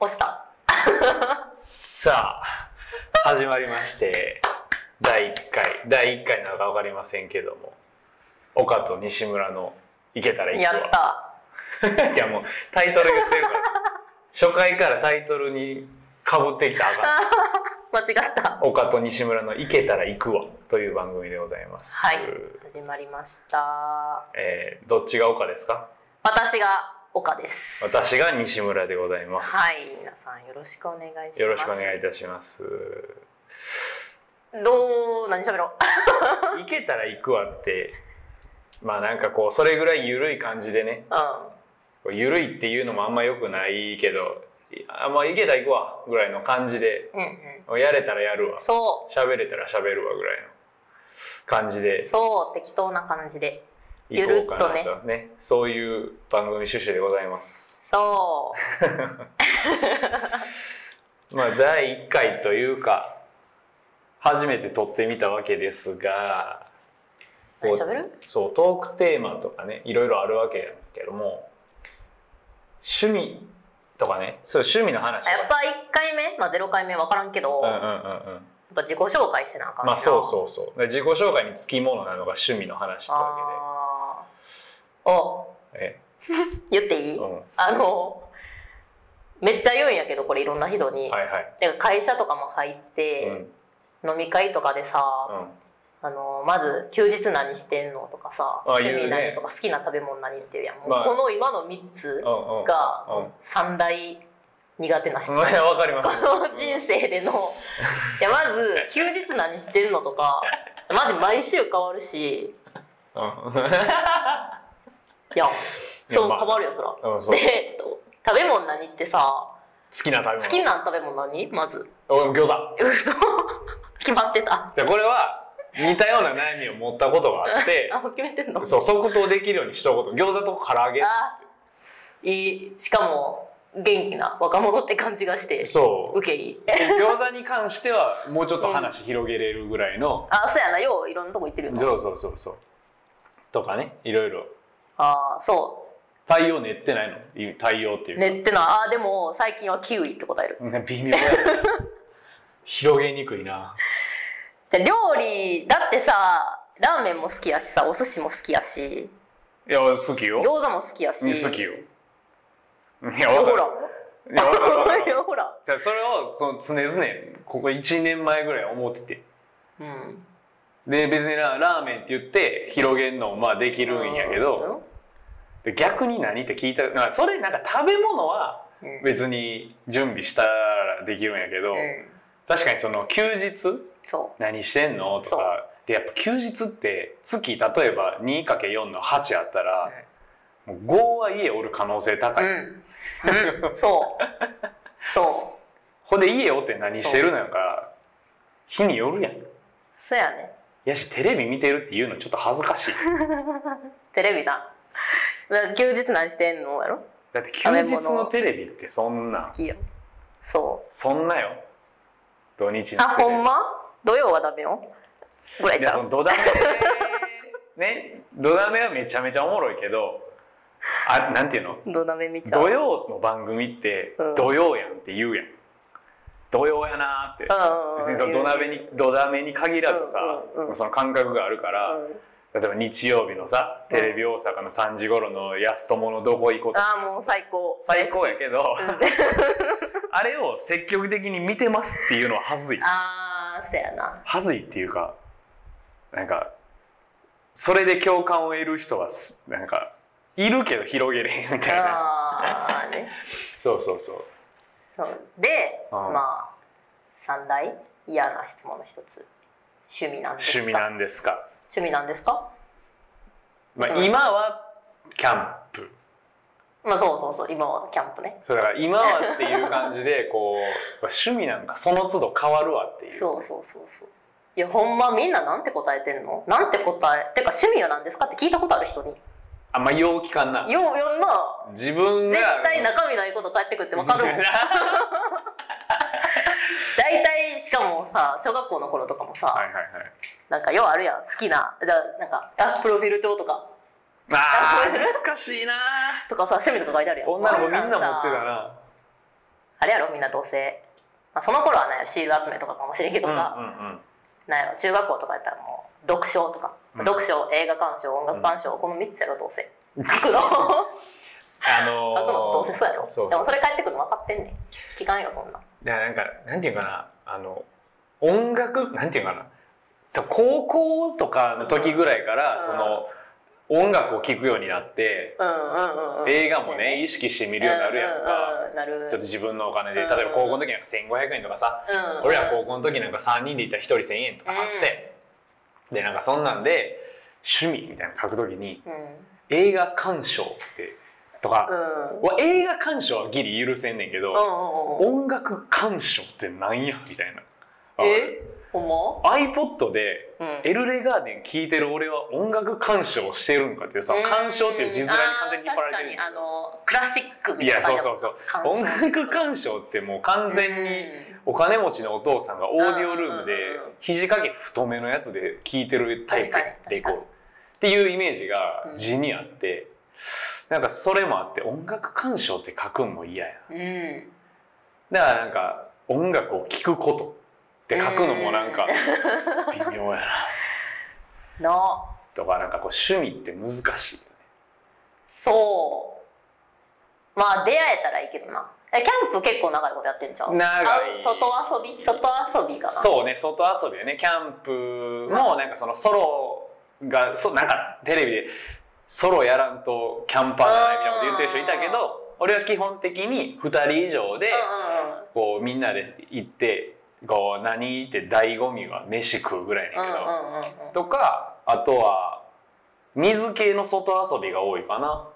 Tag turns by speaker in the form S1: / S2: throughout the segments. S1: 押した。
S2: さあ、始まりまして、第1回、第1回なのか分かりませんけども、岡と西村のいけたらいく
S1: やっ
S2: わ。
S1: た。
S2: いやもうタイトル言ってるから、初回からタイトルにかぶってきたらあかん。
S1: 間違った。
S2: 岡と西村のいけたら行くわという番組でございます。
S1: はい。始まりました。
S2: えーどっちが岡ですか
S1: 私が岡です。
S2: 私が西村でございます。
S1: はい、皆さんよろしくお願いします。
S2: よろしくお願いいたします。
S1: どう、何喋ろう。
S2: 行けたら行くわって、まあなんかこう、それぐらい緩い感じでね、
S1: うん。
S2: こう緩いっていうのもあんま良くないけど、いあまあ行けたら行くわぐらいの感じで、
S1: うんうん。
S2: やれたらやるわ、
S1: そ
S2: 喋れたら喋るわぐらいの感じ
S1: う、
S2: で
S1: そう、適当な感じで。
S2: 行こうかな
S1: ゆる
S2: とね、そういう番組趣旨でございます。
S1: そ
S2: まあ第1回というか初めて撮ってみたわけですが
S1: う。何喋る
S2: そうトークテーマとかねいろいろあるわけやけども趣味とかねそう趣味の話と
S1: あ
S2: か
S1: やっぱ1回目、まあ0回目分からんけど、
S2: うんう
S1: やっ
S2: んうんうん
S1: ぱ自己紹介せなあかんしな。
S2: まあそうそうそうで自己紹介につきものなのが趣味の話ってわ
S1: あーお、
S2: けでえ
S1: 言っていい、
S2: うんは
S1: あの、めっちゃ言うんやけど、これいろんな人に。
S2: いはい
S1: で会社とかも入って、飲み会とかでさ、
S2: うんうん
S1: あのまず「休日何してんの?」とかさ「
S2: あ
S1: 趣
S2: 言うね
S1: 味何?」とか「好きな食べ物何?」っていうやん、もう
S2: まあ
S1: この今の3つ
S2: うんうん
S1: が
S2: うん
S1: 三大苦手な人、
S2: うんいやわかりま
S1: こ
S2: す
S1: の 人生でのいやまず「休日何してんの?」とかまず毎週変わるし
S2: う
S1: いやそう
S2: まあ
S1: 変わるよそら。
S2: んうんそう
S1: で、えっと、食べ物何ってさ
S2: 好きな食べ
S1: 好
S2: 物
S1: きな食べ物何まず
S2: 俺も餃子
S1: 嘘決まってた
S2: じゃあこれは似たような悩みを持ったことがあって
S1: あもう決めてんの
S2: そう即答できるようにしとこうと餃子と唐揚げ
S1: あいいしかも元気な若者って感じがして
S2: そう
S1: 受けいい
S2: 餃子に関してはもうちょっと話広げれるぐらいの、
S1: あそうやなよういろんなとこ行ってるよな
S2: そうそうそうそうとかねいろいろ
S1: あーそ
S2: 対応練ってないのい対応っていううか、
S1: ねってなあーでも最近はキウイって答える
S2: ね、微 妙だよね広げにくいな
S1: じゃあ料理だってさラーメンも好きやしさお寿司も好きやし
S2: いや好きよ
S1: 餃子も好きやし
S2: 好きよいや
S1: いや
S2: わか
S1: ほ
S2: る
S1: ら
S2: いやわかるわ か
S1: いや
S2: る
S1: ほら
S2: じゃあそれをその常々ここ1年前ぐらい思ってて
S1: うん
S2: で別にララーメンって言って広げんのもまあでき
S1: い
S2: るんやけど、で逆に何って聞いたなんかそれなんか食べ物は
S1: うんうん
S2: 別に準備したらできるんやけど、確かにその休日
S1: そ
S2: 何してんのと
S1: そう
S2: かでやっぱ休日って月例えば 2×4 の8あったら、もう5は家おる可能性高
S1: うう
S2: い、
S1: ん、うん、そう そう
S2: ほんで家おって何してるのやから日によるやん
S1: そうやね
S2: やしテレビ見てるって言うのちょっと恥ず かしい
S1: テレビな。だから休日何してんのやろ
S2: だって休日のテレビってそんな
S1: 好きよ。そ
S2: そんなよ土日
S1: う。
S2: の
S1: あ、ほんま土曜はダメよ。ぐらい
S2: い
S1: ち
S2: や
S1: ゃ
S2: その
S1: う。
S2: 土ダメね土ダメはめちゃめちゃおもろいけどあなんていうの
S1: 土鍋見ちゃう。
S2: 土曜の番組って
S1: うん
S2: 土曜やんって言うやん土曜やなーって
S1: うんうんうん。
S2: 別にその土鍋に土ダメに限らずさ
S1: うんうんうん
S2: その感覚があるから
S1: うん
S2: 例えば日曜日のさテレビ大阪の3時頃の安友のどこ行こうとか
S1: あーもう最高。
S2: 最高やけど
S1: うん。
S2: あれを積極的に見てますっていうのは恥ずい
S1: あー、そやな。
S2: はずいっていうかなんかそれで共感を得る人はすなんかいるけど広げれへんみたいな
S1: あーね。
S2: そうそうそう
S1: そうで、
S2: うん
S1: まあ、三大嫌な質問の一つ。趣味なんですか
S2: 趣味なんですか、
S1: 趣味なんですか
S2: ま
S1: そう
S2: あ、今はキャンプ
S1: まあそうそうそう、今はキャンプね。
S2: そうだから今はっていう感じで こう趣味なんかその都度変わるわっていう
S1: そうそうそうそういやほんまみんななんて答えてんのなんて答えてか趣味は何ですかって聞いたことある人に
S2: あんま陽気かんな
S1: ようよんな
S2: 自分が
S1: 絶対中身ないこと返ってくるってわかるもん
S2: は
S1: 大体しかもさ小学校の頃とかもさ、
S2: いはいはい
S1: なんかようあるやん好きなじゃあなんかあプロフィール帳とか
S2: あー懐かしいな
S1: とかさ趣味とか書いてあるやん
S2: 女の子みんな持ってた
S1: あんなんさ
S2: な
S1: あれやろみんなどうせ、まあ、その頃はないシール集めとかかもしれんけどさ、
S2: うんうんうん
S1: なんやろ中学校とかやったらもう読書とか、
S2: うん
S1: 読書映画鑑賞音楽鑑賞、この3つやろどうせ書くの
S2: あ
S1: 書くのど
S2: の
S1: う
S2: ー
S1: せそうやろ
S2: そう
S1: でもそれ帰ってくるの分かってんねん聞かんよそんな
S2: だからなんかなんていうかなあの音楽なんていうかな多分高校とかの時ぐらいから、
S1: うん
S2: その音楽を聴くようになって、
S1: うんうんうんうん
S2: 映画もね、意識して見るようになるやん
S1: う
S2: か、
S1: んうんうんなる
S2: ちょっと自分のお金で
S1: う
S2: 例え
S1: ん
S2: ば高校の時なんか1,500円とかさ、
S1: うん
S2: 俺ら高校の時なんか3人で行ったら1人1,000円とかあって、でなんかそんなんで趣味みたいなの書く時に
S1: うん
S2: 映画鑑賞ってと
S1: う
S2: か、
S1: んうん
S2: わ映画鑑賞はギリ許せんねんけど、
S1: うんうんうん
S2: 音楽鑑賞ってなんやみたいな。
S1: えほ
S2: iPod で
S1: んまうん
S2: エルレガーデン聴いてる俺は音楽鑑賞してるんかっていうさ
S1: うん
S2: 鑑賞っていう字面に完全に引っ張られてる
S1: あー確かにあのクラシックみ
S2: い
S1: たい
S2: や
S1: な感
S2: そ
S1: じ
S2: う
S1: や
S2: そ
S1: もん
S2: う
S1: 鑑賞
S2: そう音楽鑑賞ってもう完全にお金持ちのお父さんがオーディオルームで
S1: うんうんうん
S2: 肘掛け太めのやつで聴いてるタイプでい
S1: 確かに確かに
S2: こうっていうイメージが
S1: うん
S2: 字にあってなんかそれもあって音楽鑑賞って書くんも嫌や
S1: うん、うん
S2: だからなんか音楽を聴くことって書くのもなんか微妙やな
S1: な
S2: とかなんかこう趣味って難しいよね
S1: そうまあ出会えたらいいけどなえキャンプ結構長いことやってんじゃん
S2: 長い
S1: あ外遊び外遊びかな
S2: そうね外遊びやねキャンプもなんかそのソロがそなんかテレビでソロやらんとキャンパーじゃないみたいなこと言ってる人いたけど俺は基本的に2人以上で
S1: う
S2: こうみんなで行ってこう何って醍醐味は飯食うぐらい
S1: んう
S2: や
S1: ん
S2: ねん
S1: う
S2: けど、
S1: んうんうんうん
S2: とかあとは水系の外遊びが多いかな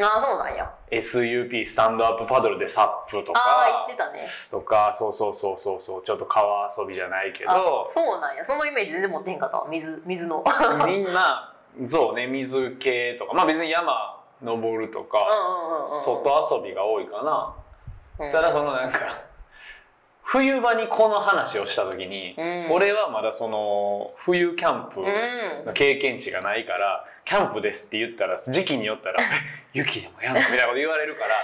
S1: ああそうなんや
S2: SUP スタンドアップパドルでサップとか
S1: ああ言ってたね
S2: とかそうそうそうそうそうちょっと川遊びじゃないけ
S1: あ
S2: ど
S1: そうなんやそのイメージ全然持ってへんかったわ水水 の
S2: みんなそうね水系とかまあ別に山登ると
S1: うん
S2: か、
S1: うんうんうん
S2: 外遊びが多いかな、
S1: うん
S2: ただそのなんか冬場にこの話をした時に、
S1: うん
S2: 俺はまだその冬キャンプ
S1: うん
S2: の経験値がないから、キャンプですって言ったら時期に よったらえ雪でもやんのみたいなこと言われるからい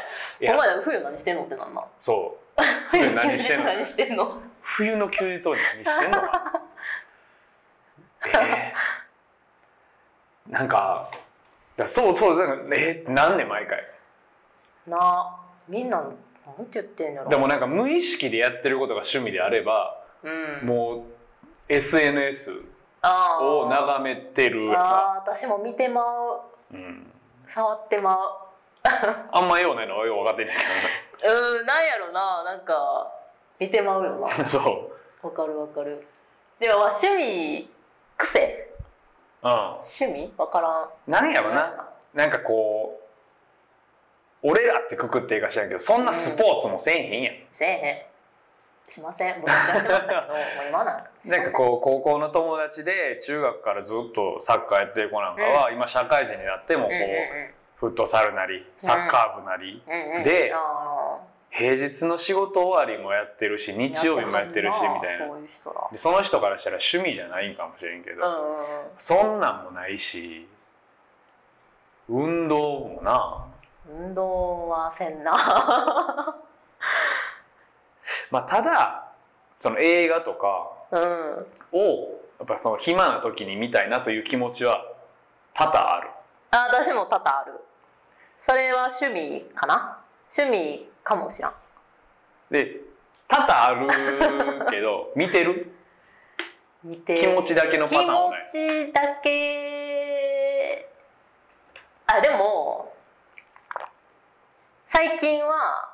S1: お
S2: や
S1: 前ら冬何してんのってなんなん
S2: そう
S1: 冬
S2: 何してん の
S1: 何してんの
S2: 冬の休日を何してんのかなえーなんかだそうそうなんかえー、何年毎回
S1: なあみんななんて言ってんやろ
S2: でもなんか無意識でやってることが趣味であれば
S1: うん
S2: もう SNS
S1: あー
S2: を眺めてるやんか
S1: あー私も見てまう
S2: うん、
S1: 触ってまう
S2: あんまようないのはよう分かってんねんけ
S1: うんなんやろななんか見てまう よな
S2: どそう
S1: わかるわかるでもまあ趣味癖
S2: う
S1: 趣味わからん
S2: んなんやろななんかこう俺らってくくっていいか知らんけどそんなスポーツもせえへんやん
S1: せえへんしません僕やってましたけどもう今なんかしま
S2: な
S1: せ
S2: んかこう高校の友達で中学からずっとサッカーやってる子なんかは、今社会人になってもこ
S1: うん
S2: う、フットサルなりサッカー部なり、
S1: うんうんうんうん
S2: で
S1: あ
S2: 平日の仕事終わりもやってるし
S1: ー
S2: 日曜日もやってるしみ
S1: やったては
S2: い
S1: ん
S2: な
S1: そういう人ら
S2: でその人からしたら趣味じゃないんかもしれんけど、
S1: うんうんうん
S2: そんなんもないし運動もな
S1: 運動はせ んな
S2: まあただその映画とか
S1: うん
S2: をやっぱその暇な時に見たいなという気持ちは多々ある。
S1: あ私も多々あるそれは趣味かな趣味かもしらん
S2: で多々ある けど見てる
S1: 見て
S2: 気持ちだけのパターンはない
S1: 気持ちだけあでも最近は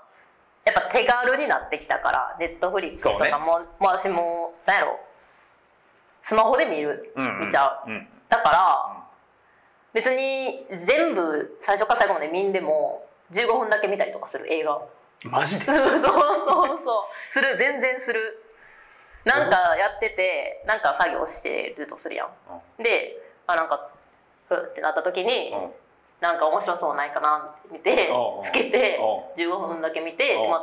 S1: やっぱ手軽になってきたからネットフリックスと
S2: そうね
S1: かも、もう私も何やろスマホで見る、
S2: うん
S1: 見ちゃう
S2: うん
S1: だから、別に全部最初から最後まで見んでも15分だけ見たりとかする映画を
S2: マジで
S1: そうそうそうそうする全然するなんかやっててなんか作業してるとするやんであなんかふってなった時に
S2: うん
S1: なんか面白そうないかなって見て
S2: うん
S1: つけて
S2: う
S1: 15分だけ見て
S2: うん
S1: ま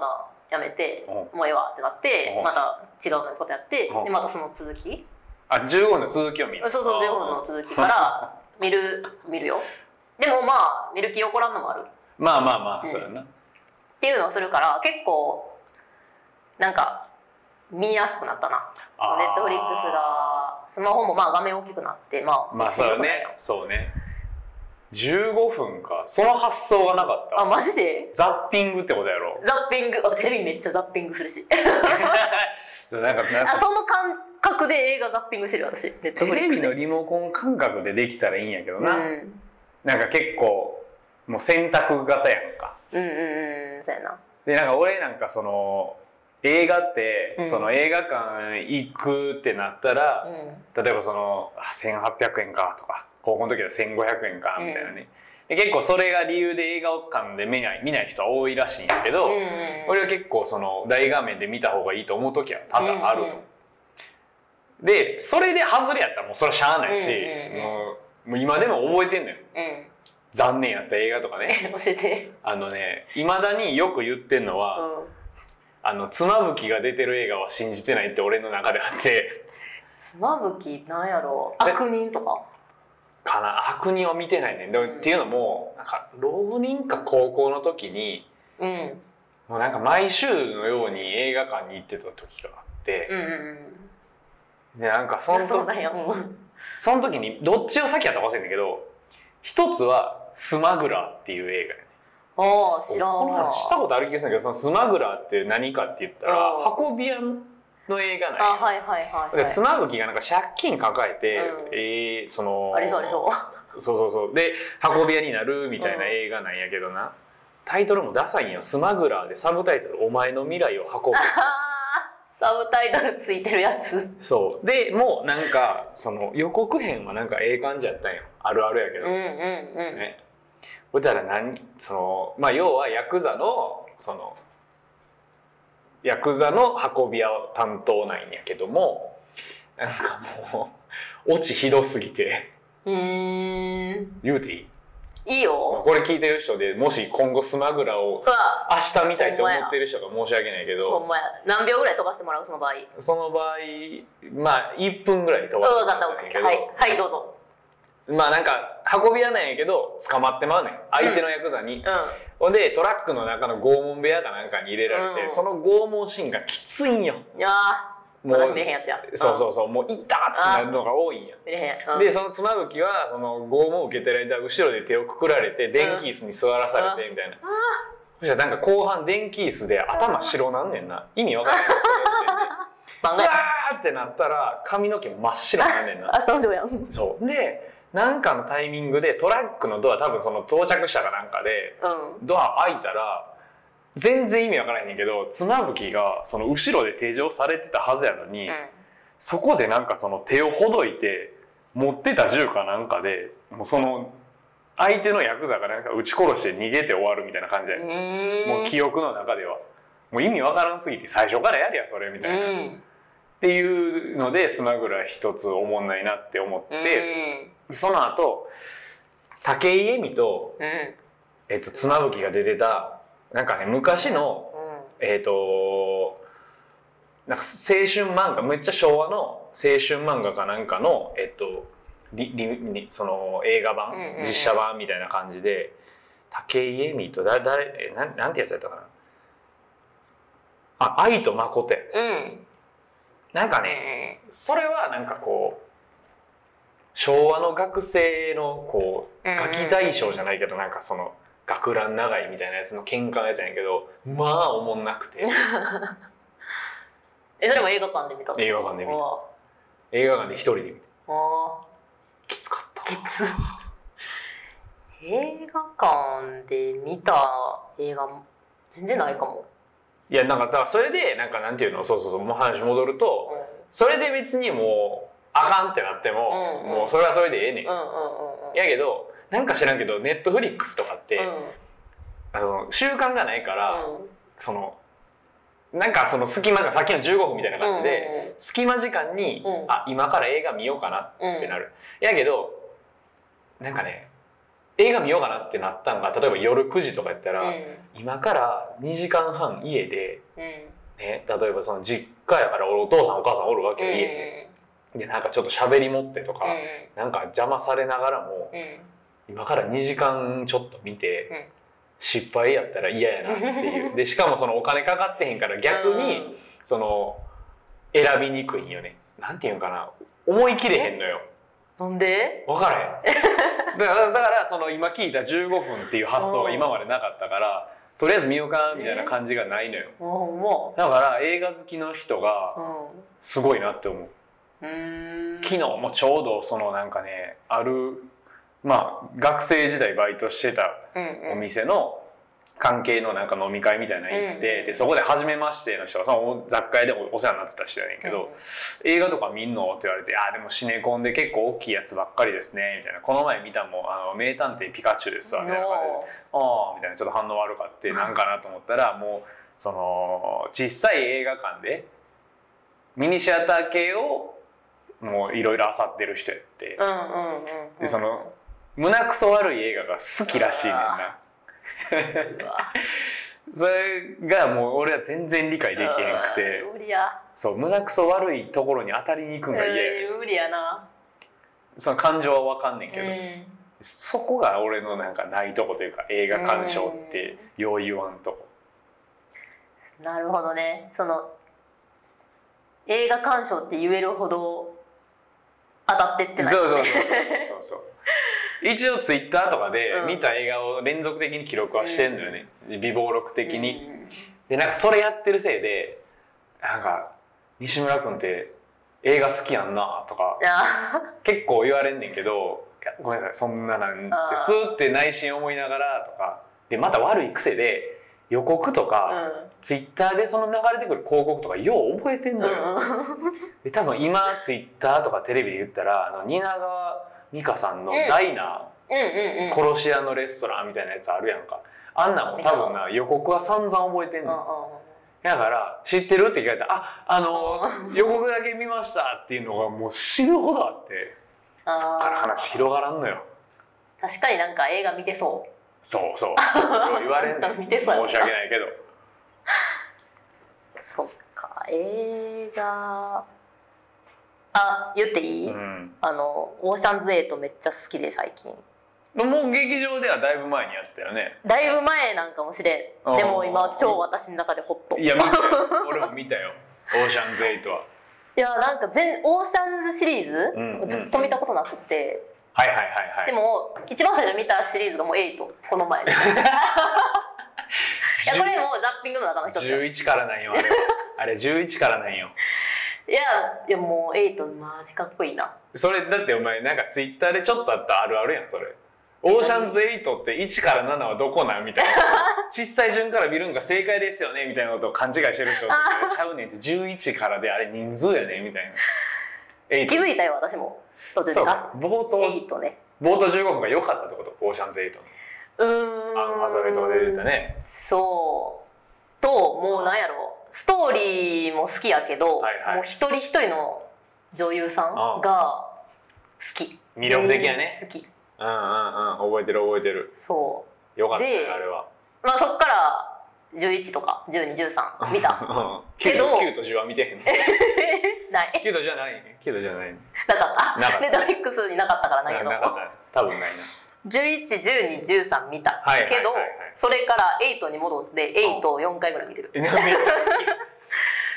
S1: たやめて
S2: う
S1: もうええわってなって
S2: うん
S1: また違うことやって
S2: うん
S1: でまたその続き
S2: あ15分の続きを見る
S1: そうそう15分の続きから見る見るよでもまあ見る気起こらんのもある
S2: まあまあま
S1: う
S2: あ
S1: ん
S2: そうやな
S1: っていうのをするから結構なんか見やすくなったな
S2: あー
S1: ネットフリックスがスマホもまあ画面大きくなってまあ
S2: まあそうよねそうね15分かその発想がなかっ
S1: あ
S2: た
S1: マジで
S2: ザッピングってことや ろ
S1: ザッピングあテレビめっちゃザッピングするし
S2: なんかなん
S1: あ
S2: か
S1: その感覚で映画ザッピングしてる私ネット
S2: テ
S1: フリ
S2: レ
S1: ック
S2: ビ
S1: ス
S2: の
S1: で
S2: リモコン感覚でできたらいいんやけど
S1: うん
S2: な、なんか結構もう選択型やんか
S1: うんうんうんそうやな
S2: でなんか俺なんかその映画って、
S1: うん
S2: その映画館行くってなったら、例えばそのあ1800円かとか高校の時は1500円かみたいなね、で結構それが理由で映画館で見ない見ない人は多いらしいんやけど、
S1: うんうんうん
S2: 俺は結構その大画面で見た方がいいと思う時は多々あると、
S1: うんうん
S2: でそれで外れやったらもうそれはしゃあない
S1: う
S2: し、
S1: んうんうん
S2: もうもう今でも覚えてんの
S1: う
S2: よ残念やった映画とかね
S1: ん教えて
S2: あのねいまだによく言ってんのは、
S1: うん
S2: あの妻夫木が出てる映画は信じてないって俺の中であって
S1: 妻夫木なんやろう悪人とか
S2: かな悪人は見てないねでもっていうのもなんか浪人か高校の時に
S1: うん
S2: もうなんか毎週のように映画館に行ってた時があって
S1: う、んうん
S2: でなんかそ
S1: うん
S2: の
S1: そう
S2: 時
S1: なんやうん
S2: その時にどっちを先やったか忘れたけど一つは「スマグラー」っていう映画やね
S1: ああ知らん
S2: この
S1: わ
S2: 話したことある気がするんだけどその「スマグラー」って何かって言ったら
S1: うん
S2: 運び屋の映画なん
S1: あ
S2: や
S1: はいはいはい、
S2: で
S1: はい、
S2: 妻夫木がなんか借金抱えて、
S1: うん
S2: えーその
S1: ありそうありそう
S2: そうそうそうで運び屋になるみたいな映画なんやけどな、タイトルもダサいんよ「スマグラー」でサブタイトル「お前の未来を運ぶ
S1: あーサブタイトルついてるやつ」
S2: そうでもうなんかその予告編はなんかええ感じやったんよあるあるやけ
S1: うん
S2: ど、
S1: うんうん、
S2: ねほいたら何そのまあ要はヤクザのそのヤクザの運び屋を担当なんやけどもなんかもう オチひどすぎて
S1: うーん
S2: 言うていい
S1: いいよ
S2: これ聞いてる人でもし今後スマグラを
S1: うわ
S2: 明日見たいと思ってる人が申し訳ないけ
S1: ほん
S2: ど
S1: まや何秒ぐらい飛ばしてもらうその場合う
S2: その場合まあ1分ぐらい飛ば
S1: わ
S2: す
S1: 分かった分かったはいはいどうぞ
S2: まあなんか運び屋なんやけど捕まってまうねん相手のヤクザに、
S1: う
S2: ほんでトラックの中の拷問部屋かなんかに入れられて、
S1: うん
S2: その拷問シーンがきついんよ
S1: んいやー
S2: もう
S1: 私見れへんやつや
S2: そう
S1: うん
S2: そうそうもう「痛っ!」ってなるのが多いんや
S1: 見れへん、うん、
S2: でその妻夫木はその拷問を受けてる間後ろで手をくくられて電気椅子に座らされてみたいな、そしたらなんか後半電気椅子で頭白なんねんな意味わ からんないそれをしてて
S1: 漫
S2: う
S1: 画
S2: わ
S1: や
S2: ーってなったら髪の毛真っ白になんねんな
S1: 明日のショーやんうん
S2: そうでなんかのタイミングでトラックのドア多分その到着したかなんかでドア開いたら全然意味わからへんねんけど妻夫木がその後ろで手錠されてたはずやのに、そこでなんかその手をほどいて持ってた銃かなんかでもうその相手のヤクザがなんか撃ち殺して逃げて終わるみたいな感じやねん
S1: うーん
S2: もう記憶の中ではもう意味わからんすぎて最初からやれやそれみたいな。
S1: うん
S2: っていうのでスマグラ一つおもんないなって思って、その後武井絵美と,、
S1: うんうん
S2: えっと妻夫木が出てたなんかね昔の
S1: うん
S2: えっ、となんか青春漫画めっちゃ昭和の青春漫画かなんかのえっ、とりりにその映画
S1: う
S2: 版、
S1: んうんうん
S2: 実写版みたいな感じで武井絵美とだ誰えなんなんてやつやったかなあ愛と誠や
S1: うん
S2: なんかね、それはなんかこう昭和の学生のこう
S1: うんうん
S2: ガキ大将じゃないけどなんかその学ラン長いみたいなやつの喧嘩のやつやねんけどまあおもんなく て
S1: えそれも映画館で見た
S2: 映画館で見た
S1: うわ
S2: 映画館で一人で見て
S1: あ
S2: きつかった
S1: ーきつ映画館で見た映画も全然ないかも、
S2: いやなんかだからそれでなんかなんていうのそうそうそうもう話戻る
S1: う
S2: と
S1: ん、
S2: それで別にもうあかんってなっても、
S1: うんうん
S2: もうそれはそれでええねん、
S1: うんうんうん
S2: やけどなんか知らんけどネットフリックスとかって、あの習慣がないから、
S1: うんうん
S2: そのなんかその隙間時間さっきの15分みたいな感じで、隙間時間に、
S1: うん
S2: あ今から映画見ようかな
S1: うんうん
S2: ってなる、やけどなんかね映画見ようかなってなったんが例えば夜9時とかやった
S1: う
S2: ら、
S1: ん
S2: 今から2時間半家で、
S1: うん
S2: ね、例えばその実家やから俺お父さんお母さんおるわけよ、家ででなんかちょっと喋り持ってとか、
S1: う
S2: なんか邪魔されながらも
S1: んうん
S2: 今から2時間ちょっと見て、
S1: うん
S2: 失敗やったら嫌やなっていうでしかもそのお金かかってへんから逆に、
S1: うん
S2: その選びにくいんよねなんていうんかな思い切れへんのよ
S1: なんで
S2: 分からへ んだからだからその今聞いた15分っていう発想が今までなかったからとりあえず見ようかみたいな感じがないのよ
S1: あほんま
S2: だから映画好きの人が
S1: う
S2: すごいなって思うん
S1: うーん
S2: 昨日もちょうどそのなんかねあるまあ学生時代バイトしてた
S1: うん
S2: お
S1: うん
S2: 店の関係のなんか飲み会みたいなの行って、
S1: うん
S2: でそこで初めましての人がその雑貨屋でおお世話になってた人やねんけど、映画とか見んのって言われて「あーでもシネコンで結構大きいやつばっかりですね」みたいな「この前見たもんあの名探偵ピカチュウですわ」みたいな感じで「ああ」みたいなちょっと反応悪か ってなんかなと思ったらもうその小さい映画館でミニシアター系をもういろいろ漁ってる人やって。
S1: うんうんうんうん
S2: でその胸くそ悪い映画が好きらしいねんな
S1: うわ
S2: それがもう俺は全然理解できへんくて
S1: うん無理や
S2: そう胸くそ悪いところに当たりに行くんが嫌やねん
S1: うん無理やな
S2: その感情は分かんねんけ
S1: う
S2: ど、
S1: ん
S2: そこが俺のなんかないとこというか映画鑑賞ってよう言わんとこ、
S1: なるほどねその映画鑑賞って言えるほど当たってってない
S2: そうそうそうそうそうそう一応ツイッターとかで
S1: うん
S2: 見た映画を連続的に記録はしてんのよね、微暴録的に、
S1: うん
S2: でなんかそれやってるせいでなんか西村君って映画好きやんなとか
S1: あ
S2: 結構言われんねんけどいやごめんなさいそんななんて
S1: あー
S2: スーって内心思いながらとかでまた悪い癖で予告と
S1: う
S2: か、
S1: ん
S2: ツイッターでその流れてくる広告とかよう覚えてんのよ、
S1: うん
S2: で多分今ツイッターとかテレビで言ったらあの蜷川美香さんの「
S1: うん
S2: ダイナ
S1: うんうん
S2: ー殺し屋のレストラン」みたいなやつあるやんかあんなんも多分な予告は散々覚えてん
S1: うん
S2: の、だから「知ってる?」って聞かれたら「ああの予告だけ見ました」っていうのがもう死ぬほどあって
S1: うん
S2: そっから話広がらんのよ
S1: 確かになんか映画見てそう
S2: そ うそうよう言われん
S1: あん
S2: の
S1: た見て
S2: 申し
S1: そうやな
S2: 訳ないけど
S1: そっか映画あ言っていい、
S2: うん
S1: あのオーシャンズエイトめっちゃ好きで最近
S2: もう劇場ではだいぶ前にやったよね
S1: だいぶ前なんかもしれ
S2: あー
S1: んでも今超私の中でホット
S2: い や見たよ俺も見たよ「オーシャンズ8」はい
S1: やなんか全オーシャンズシリーズ、
S2: うんうん
S1: ずっと見たことなくて、
S2: はいはいはいはい
S1: でも一番最初見たシリーズがもうエイトこの前い やこれもうザッピングの中の一ついや
S2: 11からなんよ あれはあれ11からなんよ
S1: いやもうエイトマジかっこいいな
S2: それだってお前なんかツイッターでちょっとあったあるあるやんそれオーシャンズ8って1から7はどこなんみたいな 小さい順から見るんが正解ですよねみたいなことを勘違いしてる人ってちゃうねんって11からであれ人数やねんみたいな8
S1: 気づいたよ私も途中で
S2: そう
S1: あ
S2: か冒頭
S1: エイトね
S2: 冒頭15分が良かったってことオーシャンズ8
S1: うーん
S2: のアン・ハサウェイとか出てたね
S1: そうともうなんやろストーリーも好きやけど、
S2: はいはい
S1: もう一人一人の女優さん
S2: ああ
S1: が好き
S2: 魅力的やね
S1: うん好き
S2: うんうんうん覚えてる覚えてる
S1: そ
S2: よかったね
S1: で
S2: あれは
S1: うまあそっから11とか1213見 たけ
S2: 9
S1: ど
S2: と9と10は見てへん
S1: ない
S2: 9と10はないね9と10はないね
S1: なかった
S2: なかった
S1: ネットフリックスになかったからないけど
S2: なかったね多分 ないな
S1: 111213見た、
S2: はいはいはいはい
S1: けどそれから8に戻って8を4回ぐらい見てる、
S2: めっちゃ好き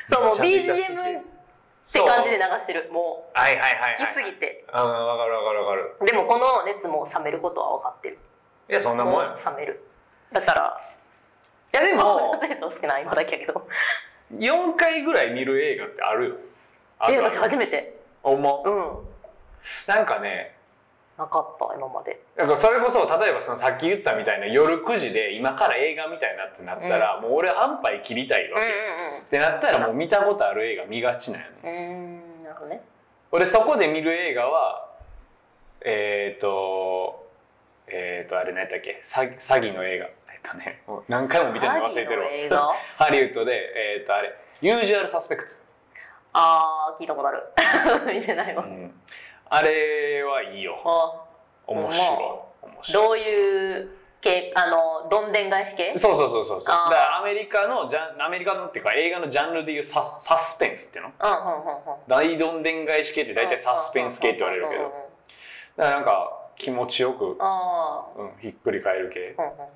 S1: そうもう
S2: めちゃめちゃ好き
S1: BGM って感じで流してるもう
S2: はいはいはいはい
S1: 好きすぎて
S2: うんわかるわかるわかる
S1: でもこの熱も冷めることは分かってる
S2: いやそんな
S1: も
S2: も
S1: うん
S2: や
S1: 冷めるだから
S2: いやでも
S1: 全然好き な今だけやけど
S2: 4回ぐらい見る映画ってあるよあ
S1: え
S2: る
S1: 私初めて
S2: 思
S1: うん
S2: うなんかね
S1: なかった今まで
S2: なんかそれこそ例えばそのさっき言ったみたいな夜9時で今から映画みたいなってなったら、もう俺は安牌切りたいわけ、ってなったらもう見たことある映画見がちなんよね
S1: うんうんうんなるほどね
S2: 俺そこで見る映画はえっ、ー、とえっ、ー、とあれ何やったっけ詐欺詐欺の映画えっとねもう何回も見てるの忘れて
S1: 詐欺の
S2: るわ
S1: 映画
S2: ハリウッドでえっ、ー、とあれ「ユージュアル・サスペクツ
S1: あー聞いたことある 見てない」わ、
S2: うんあれはいいよ
S1: あ
S2: 面白い面白い
S1: どういう系あのどんでん返し系
S2: そうそうそうそうそう
S1: あー
S2: だからアメリカのジャンアメリカのっていうか映画のジャンルでいうサスサスペンスっていうの
S1: うんうんうんうん
S2: 大どんでん返し系って大体サスペンス系って言われるけど
S1: うんうんうんうん
S2: だからなんか気持ちよく、
S1: あ
S2: うん、ひっくり返る系
S1: ーうんうんうんうん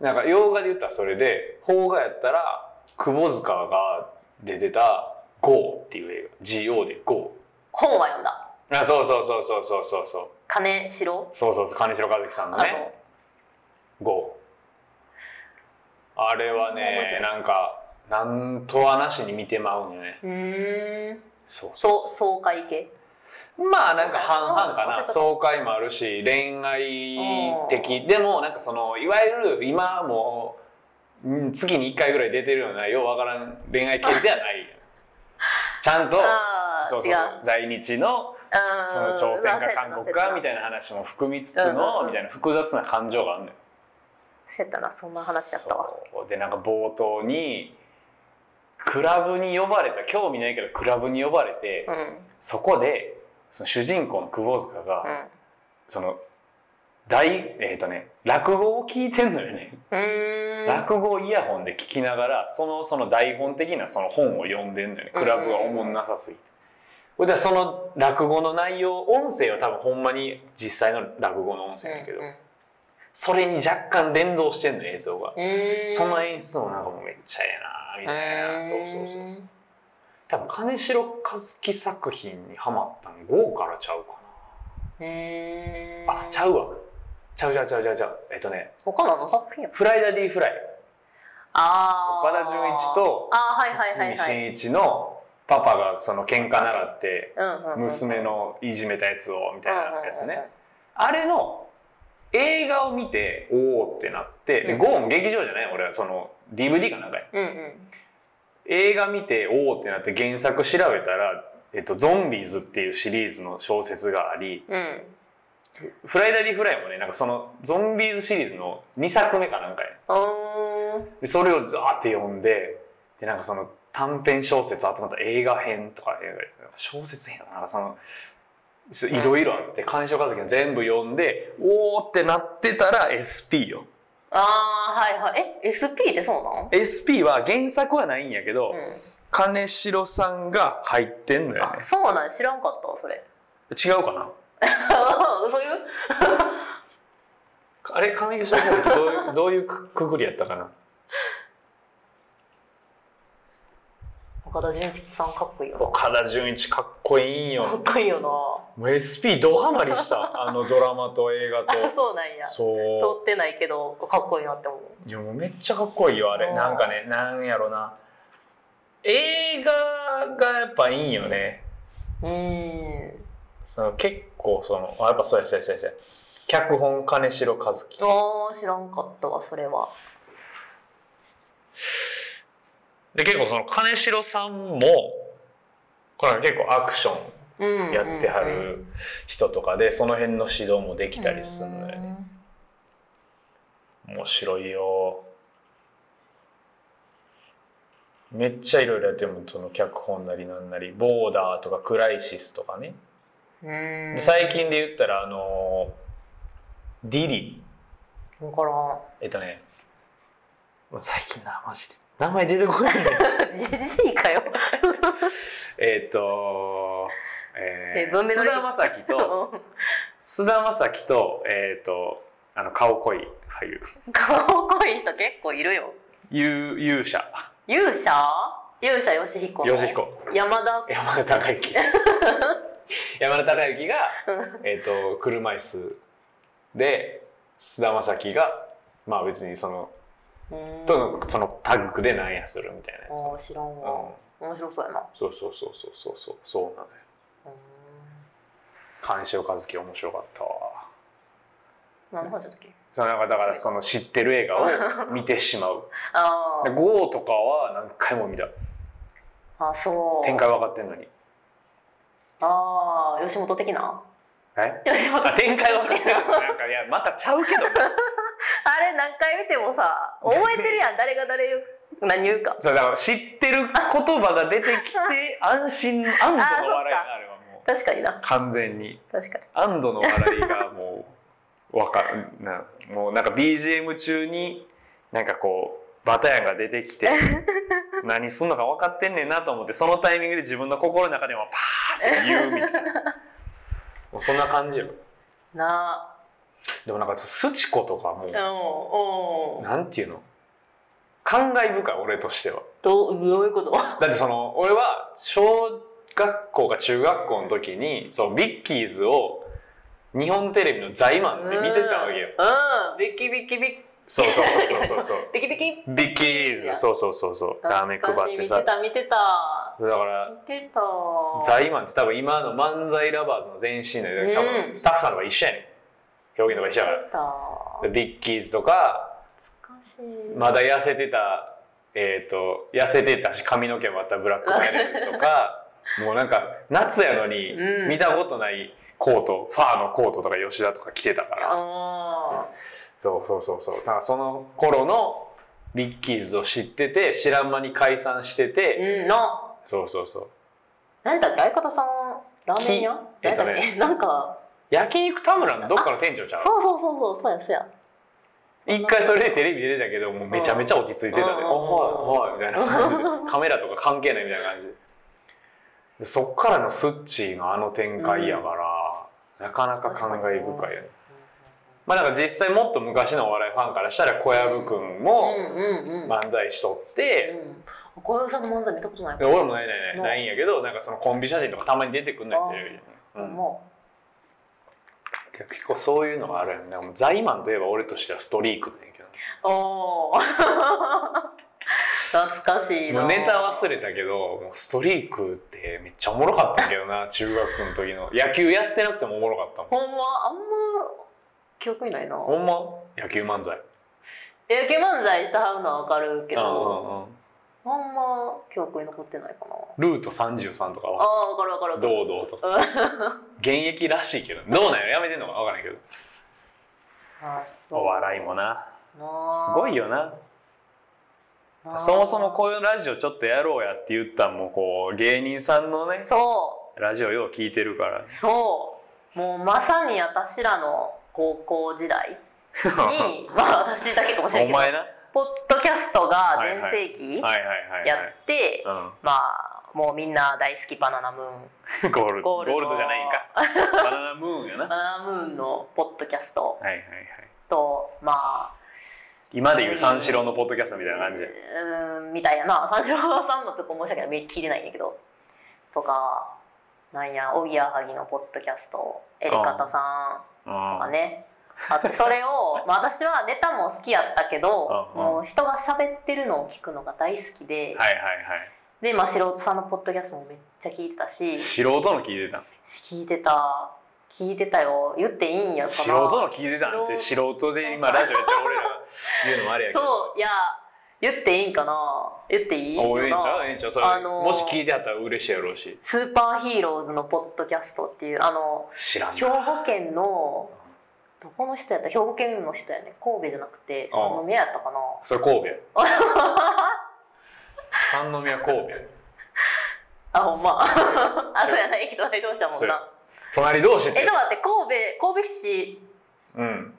S2: なんか洋画で言ったらそれで邦画やったら窪塚がで出た「GO」っていう映画 GO で「GO
S1: 本は読んだ」
S2: あそうそうそうそうそうそうそう
S1: 金城
S2: そうそうそう金城和樹さんの
S1: あ
S2: ね
S1: の
S2: 「GO」あれはねなんかなんとはなしに見てまうんよね
S1: うーん
S2: そう
S1: そう爽快系
S2: まあなんか半々か
S1: あそう
S2: な
S1: か
S2: 爽快もあるし恋愛的でもなんかそのいわゆる今もうん月に1回ぐらい出てるようなようわからん恋愛系で はないちゃんと
S1: ああ
S2: そうそう
S1: 違う
S2: 在日の
S1: うん
S2: その朝鮮か韓国かみ
S1: いな
S2: たいな話も含みつつ
S1: うんうんう
S2: の
S1: ん
S2: みたいな複雑な感情があるのよ。
S1: そうやったなそんな話やったわ
S2: そうでなんか冒頭にクラブに呼ばれた興味ないけどクラブに呼ばれて、
S1: うんうん
S2: そこでその主人公の窪塚が、その大えっ、とね落語を聞いてんのよね、
S1: うーん
S2: 落語をイヤホンで聞きながらそのその台本的なその本を読んでんのよねクラブがおもんなさすぎて。ほいでその落語の内容音声は多分ほんまに実際の落語の音声だけど、
S1: うんうん
S2: それに若干連動してんの映像が、
S1: うーん
S2: その演出もなんかもうめっちゃええなみたいな、そうそうそうそう多分金城和樹作品にハマったの豪からちゃうか
S1: うーん
S2: な、あちゃうわちゃうちゃうちゃうちゃうちゃうえっとね
S1: 他のの作品や
S2: 「フライダディ・フライ」
S1: ああ
S2: 岡田准一と
S1: あーはいはいはい
S2: 堤
S1: はい
S2: 真一のパパがその喧嘩習って
S1: うんうんうん
S2: 娘のいじめたやつをみたいなやつ
S1: うんうんうん
S2: ねあれの映画を見ておおってなってでゴーン劇場じゃない俺はその DVD かなんかや
S1: うんうん
S2: 映画見ておおってなって原作調べたら、えっと「ゾンビーズ」っていうシリーズの小説があり
S1: うん
S2: 「フライダリー・フライ」もねなんかそのゾンビーズシリーズの2作目かなんかや
S1: うーん
S2: でそれをザーって読んででなんかその短編小説集まった映画編とか映画なんか小説編とかなんかそのそいろいろあって鑑賞和樹の全部読んでおーってなってたら SP よ
S1: ああはいはいえ SP ってそうなの
S2: SP は原作はないんやけど、
S1: うん
S2: 金城さんが入ってんのよね
S1: あそうなんや知らんかったわそれ
S2: 違うかな
S1: そういう
S2: あれ金城さんってどう いうどういうくくくりやったかな
S1: 岡田准一さんかっこいいよな
S2: 岡田准一かっこいいん
S1: か
S2: よ
S1: っこいいよな
S2: もう SP ドハマりしたあのドラマと映画 と
S1: そうなんや
S2: そう
S1: 通ってないけどかっこいいなって思う
S2: いやもうめっちゃかっこいいよあ
S1: う
S2: れ
S1: ん
S2: なんかねなんやろな映画がやっぱいいんよね
S1: うーん
S2: その結構そのあやっぱそうやそうやそうやそうや脚本金城和樹
S1: ああ知らんかったわそれは
S2: で結構その金城さんもこれは結構アクション
S1: うん
S2: やってはる人とかでその辺の指導もできたりするのよね
S1: ね
S2: 面白いよめっちゃいろいろやってるもんその脚本なりなんなりボーダーとかクライシスとかね
S1: うーん
S2: で最近で言ったらあのーディリ
S1: 分から
S2: えっとねもう最近なマジで名前出てこないね
S1: んじじいかよ
S2: えっとえ
S1: え
S2: ー
S1: 文明の
S2: 菅
S1: 歴
S2: 田将暉 と菅田将暉とえっ、とあの顔濃い俳優
S1: うん 顔濃い人結構いるよ
S2: 勇勇 者
S1: 勇者勇者ヨシヒコの
S2: 吉彦
S1: 山田
S2: 山田孝 之山田孝之が、えっと車椅子で菅田将暉がまあ別にその
S1: うーん
S2: とのそのタッグでなんやするみたいなやつ、
S1: ああ知らん
S2: うん
S1: わ、面白そうやな
S2: そうそうそうそうそうそうそうなのよ
S1: うーん
S2: 金城和樹面白かったわ
S1: 何の話だったっけ
S2: そうなんかだからその知ってる映画を見てしまう
S1: あ
S2: で
S1: ー
S2: ゴーとかは何回も見た
S1: あそう
S2: 展開分かってんのに
S1: ああ吉本的な
S2: え
S1: 吉本
S2: あ
S1: 的
S2: 展開分かってんのになんかいやまたちゃうけどな
S1: あれ何回見てもさ覚えてるやん誰が誰言う何言うか
S2: そうだから知ってる言葉が出てきて安心安堵の笑いがあれはもう
S1: 確かにな
S2: 完全に
S1: 確かに
S2: 安堵の笑いがもうわかるな もうなんか BGM 中になんかこうバタヤンが出てきて何すんのか分かってんねんなと思ってそのタイミングで自分の心の中でもパーって言うみたいなもうそんな感じよ
S1: な
S2: でもなんかスチコとかも
S1: あうんうん
S2: なんていうの感慨深い俺としては
S1: どうどういうこと
S2: だってその俺は小学校か中学校の時にそのビッキーズを日本テレビの「財マン」で見てたわけよ
S1: うんうんビキビキビキ
S2: そうそうそうそうそう
S1: ビキビキ
S2: ビッキーズそうそうそうそうラーメン配
S1: 懐かし
S2: っ
S1: い
S2: て
S1: 見
S2: さ
S1: て
S2: だ
S1: た見てた
S2: から
S1: 見てた
S2: ザイマンって多分今の漫才ラバーズの前身内で多
S1: う
S2: 分
S1: ん
S2: スタッフさんとか一緒やねん表現とか一緒や
S1: 見
S2: か
S1: てた
S2: らビッキーズとか
S1: 懐かしい
S2: まだ痩せてたえっ、と痩せてたし髪の毛もあったブラックマヨネーズと かもうなんか夏やのに
S1: うん
S2: 見たことないコート、ファーのコートとか吉田とか着てたから
S1: あ
S2: そうそうそうそうだからその頃のビッキーズを知ってて知らん間に解散して
S1: ー
S2: て、
S1: うんな
S2: そうそうそう
S1: 何だっけ相方さんラーメン屋
S2: きえっ
S1: 何
S2: と
S1: だっ
S2: ね
S1: け、なん か
S2: 焼肉田村のどっかの店長ちゃう
S1: そうそうそうそうそうやそうや
S2: 一回それでテレビ出てたけどもうめちゃめちゃ落ち着いてたで
S1: う
S2: 「
S1: ん
S2: あはいはい」みたいな感じでカメラとか関係ないみたいな感じででそっからのスッチーのあの展開やから、なかなか感慨深いよねまあなんか実際もっと昔のお笑いファンからしたら小籔くん
S1: う
S2: も
S1: んうんうん、
S2: 漫才しとって、
S1: うん、小籔さんの漫才見たことない
S2: で俺もないないない
S1: うん
S2: ないんやけどなんかそのコンビ写真とかたまに出てくんないテレビで、うん
S1: も
S2: 結構そういうのがあるよねなんかもうザイマンといえば俺としてはストリークだけ
S1: う
S2: ど
S1: おー 懐かしい
S2: も
S1: な
S2: うネタ忘れたけどもうストリークってめっちゃおもろかったんやけど な中学の時の野球やってなくてもおもろかったもん
S1: ほんまあんま記憶にないな
S2: ほんま野球漫才
S1: 野球漫才してはるのはわかるけど
S2: うんうんうん
S1: あんま記憶に残ってないかな
S2: ルート33とか
S1: あ
S2: は
S1: あわかるわかるわかる
S2: 堂々とか現役らしいけどどうなんやろやめてんのか分からんけど
S1: あーそう
S2: お笑いもな
S1: なあ
S2: すごいよな
S1: なあ
S2: そもそもこういうラジオちょっとやろうやって言ったんもこう芸人さんのね
S1: そ
S2: ラジオよう聞いてるから
S1: うそうもうまさに私らの高校時代に まあ私だけかもしれ
S2: お
S1: んけど
S2: 前なは
S1: ポッドキャストが全盛期
S2: い
S1: や
S2: は
S1: っ
S2: いはい
S1: て、
S2: はい
S1: まあもうみんな大好きバナナムーン
S2: うんゴールド
S1: ゴ
S2: ゴ
S1: ールド
S2: ールドじゃないんかバナナムーンやな
S1: バナナムーンのポッドキャスト
S2: はいはいはい
S1: とまあ
S2: 今でいう三四郎のポッドキャストみたいな感じ
S1: うーんみたいなな三四郎さんのとこ申し訳ない聞いてないんやけどとかなんやおぎやはぎのポッドキャストエレカタさんとか
S2: あ
S1: ねあとそれを、まあ、私はネタも好きやったけど
S2: うんうん
S1: もう人が喋ってるのを聞くのが大好きで、
S2: はいはい
S1: で、まあ、素人さんのポッドキャストもめっちゃ聞いてたし
S2: はい素人の聞いてたん
S1: 聞いてた聞いてたよ言っていいんやかな
S2: 素人の聞いてたんって
S1: 素
S2: 素人で今ラジオやってる俺らが言うのもあれやけど
S1: そういや言っていいんかな言っていい
S2: お
S1: よ
S2: ええんちゃう
S1: な
S2: ええんちゃうそれ、
S1: あのー
S2: もし聞いてあったら嬉しいやろうし
S1: スーパーヒーローズのポッドキャストっていうあの
S2: 知らん
S1: 兵
S2: な
S1: 庫県のどこの人やった兵庫県の人やね神戸じゃなくて三宮やったかな
S2: そ れ神戸や三宮神戸や
S1: あほん まあそうやな駅隣同士やも
S2: そ
S1: ん
S2: うや
S1: な
S2: 隣同士っ
S1: えちょってと待って神戸神戸市
S2: うん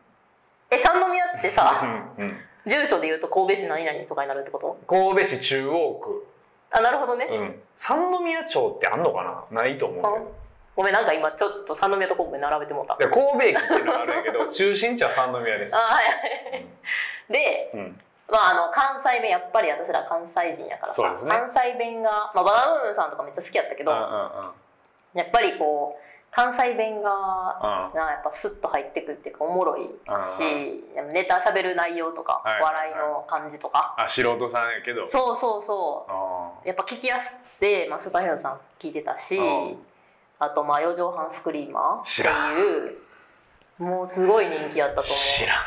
S1: え三宮ってさ
S2: うんうん
S1: 住所で言うと神戸市何々とかになるってこと
S2: 神戸市中央区、
S1: あなるほどね、
S2: うん、三宮町ってあんのかなないと思うけ
S1: ごめんなんか今ちょっと三宮と神戸並べてもうた
S2: どで神戸駅っていうのがあるんやけど中心地は三宮です
S1: あ、はいはいで
S2: うん、
S1: まあ、あの関西弁やっぱり私ら関西人やから
S2: そう
S1: さ、
S2: ですね
S1: 関西弁が、まあ、バナナムーンさんとかめっちゃ好きやったけ
S2: うんう
S1: ど、
S2: んうん
S1: やっぱりこう関西弁が
S2: うん
S1: なやっぱスッと入ってくるっていうかおもろいしネタ喋る内容とか、
S2: はいはいはい
S1: 笑いの感じとか、
S2: あ素人さんやけど
S1: そうそうそ
S2: あ
S1: うやっぱ聞きやすくて、まあ、スーパーヒーローズさん聞いてたし、
S2: うん
S1: あと「まあ四畳半スクリーマー」
S2: 知ら
S1: っていうもうすごい人気やったと
S2: ー
S1: 思う
S2: 知らん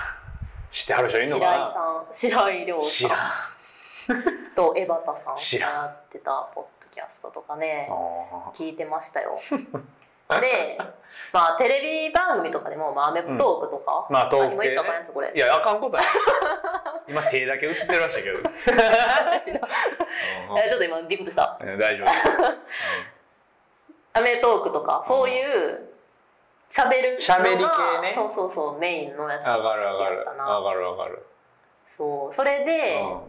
S2: 知ってはる人いんの
S1: 白井
S2: か
S1: さん白井亮
S2: な
S1: さん
S2: 知らんあ
S1: と江端さん
S2: 知らん
S1: がやってたポッドキャストとかね
S2: ー
S1: 聞いてました よでまあテレビ番組とかでも「まあ、アメトーク」とか、
S2: まあ東京
S1: 今
S2: ね
S1: 言ったらあかんやつこれ
S2: いやあかんことない今手だけ映ってるらしい けど
S1: 私の えちょっと今ビクッとした
S2: うんうん大丈夫
S1: 「アメトーク」とかそういうしゃべるのが
S2: 喋り系ね
S1: そうそうそうメインのやつ
S2: 上が
S1: が
S2: る上
S1: 好き
S2: が
S1: やっ
S2: る
S1: たな
S2: 上がる上がる
S1: そうそれで、
S2: うん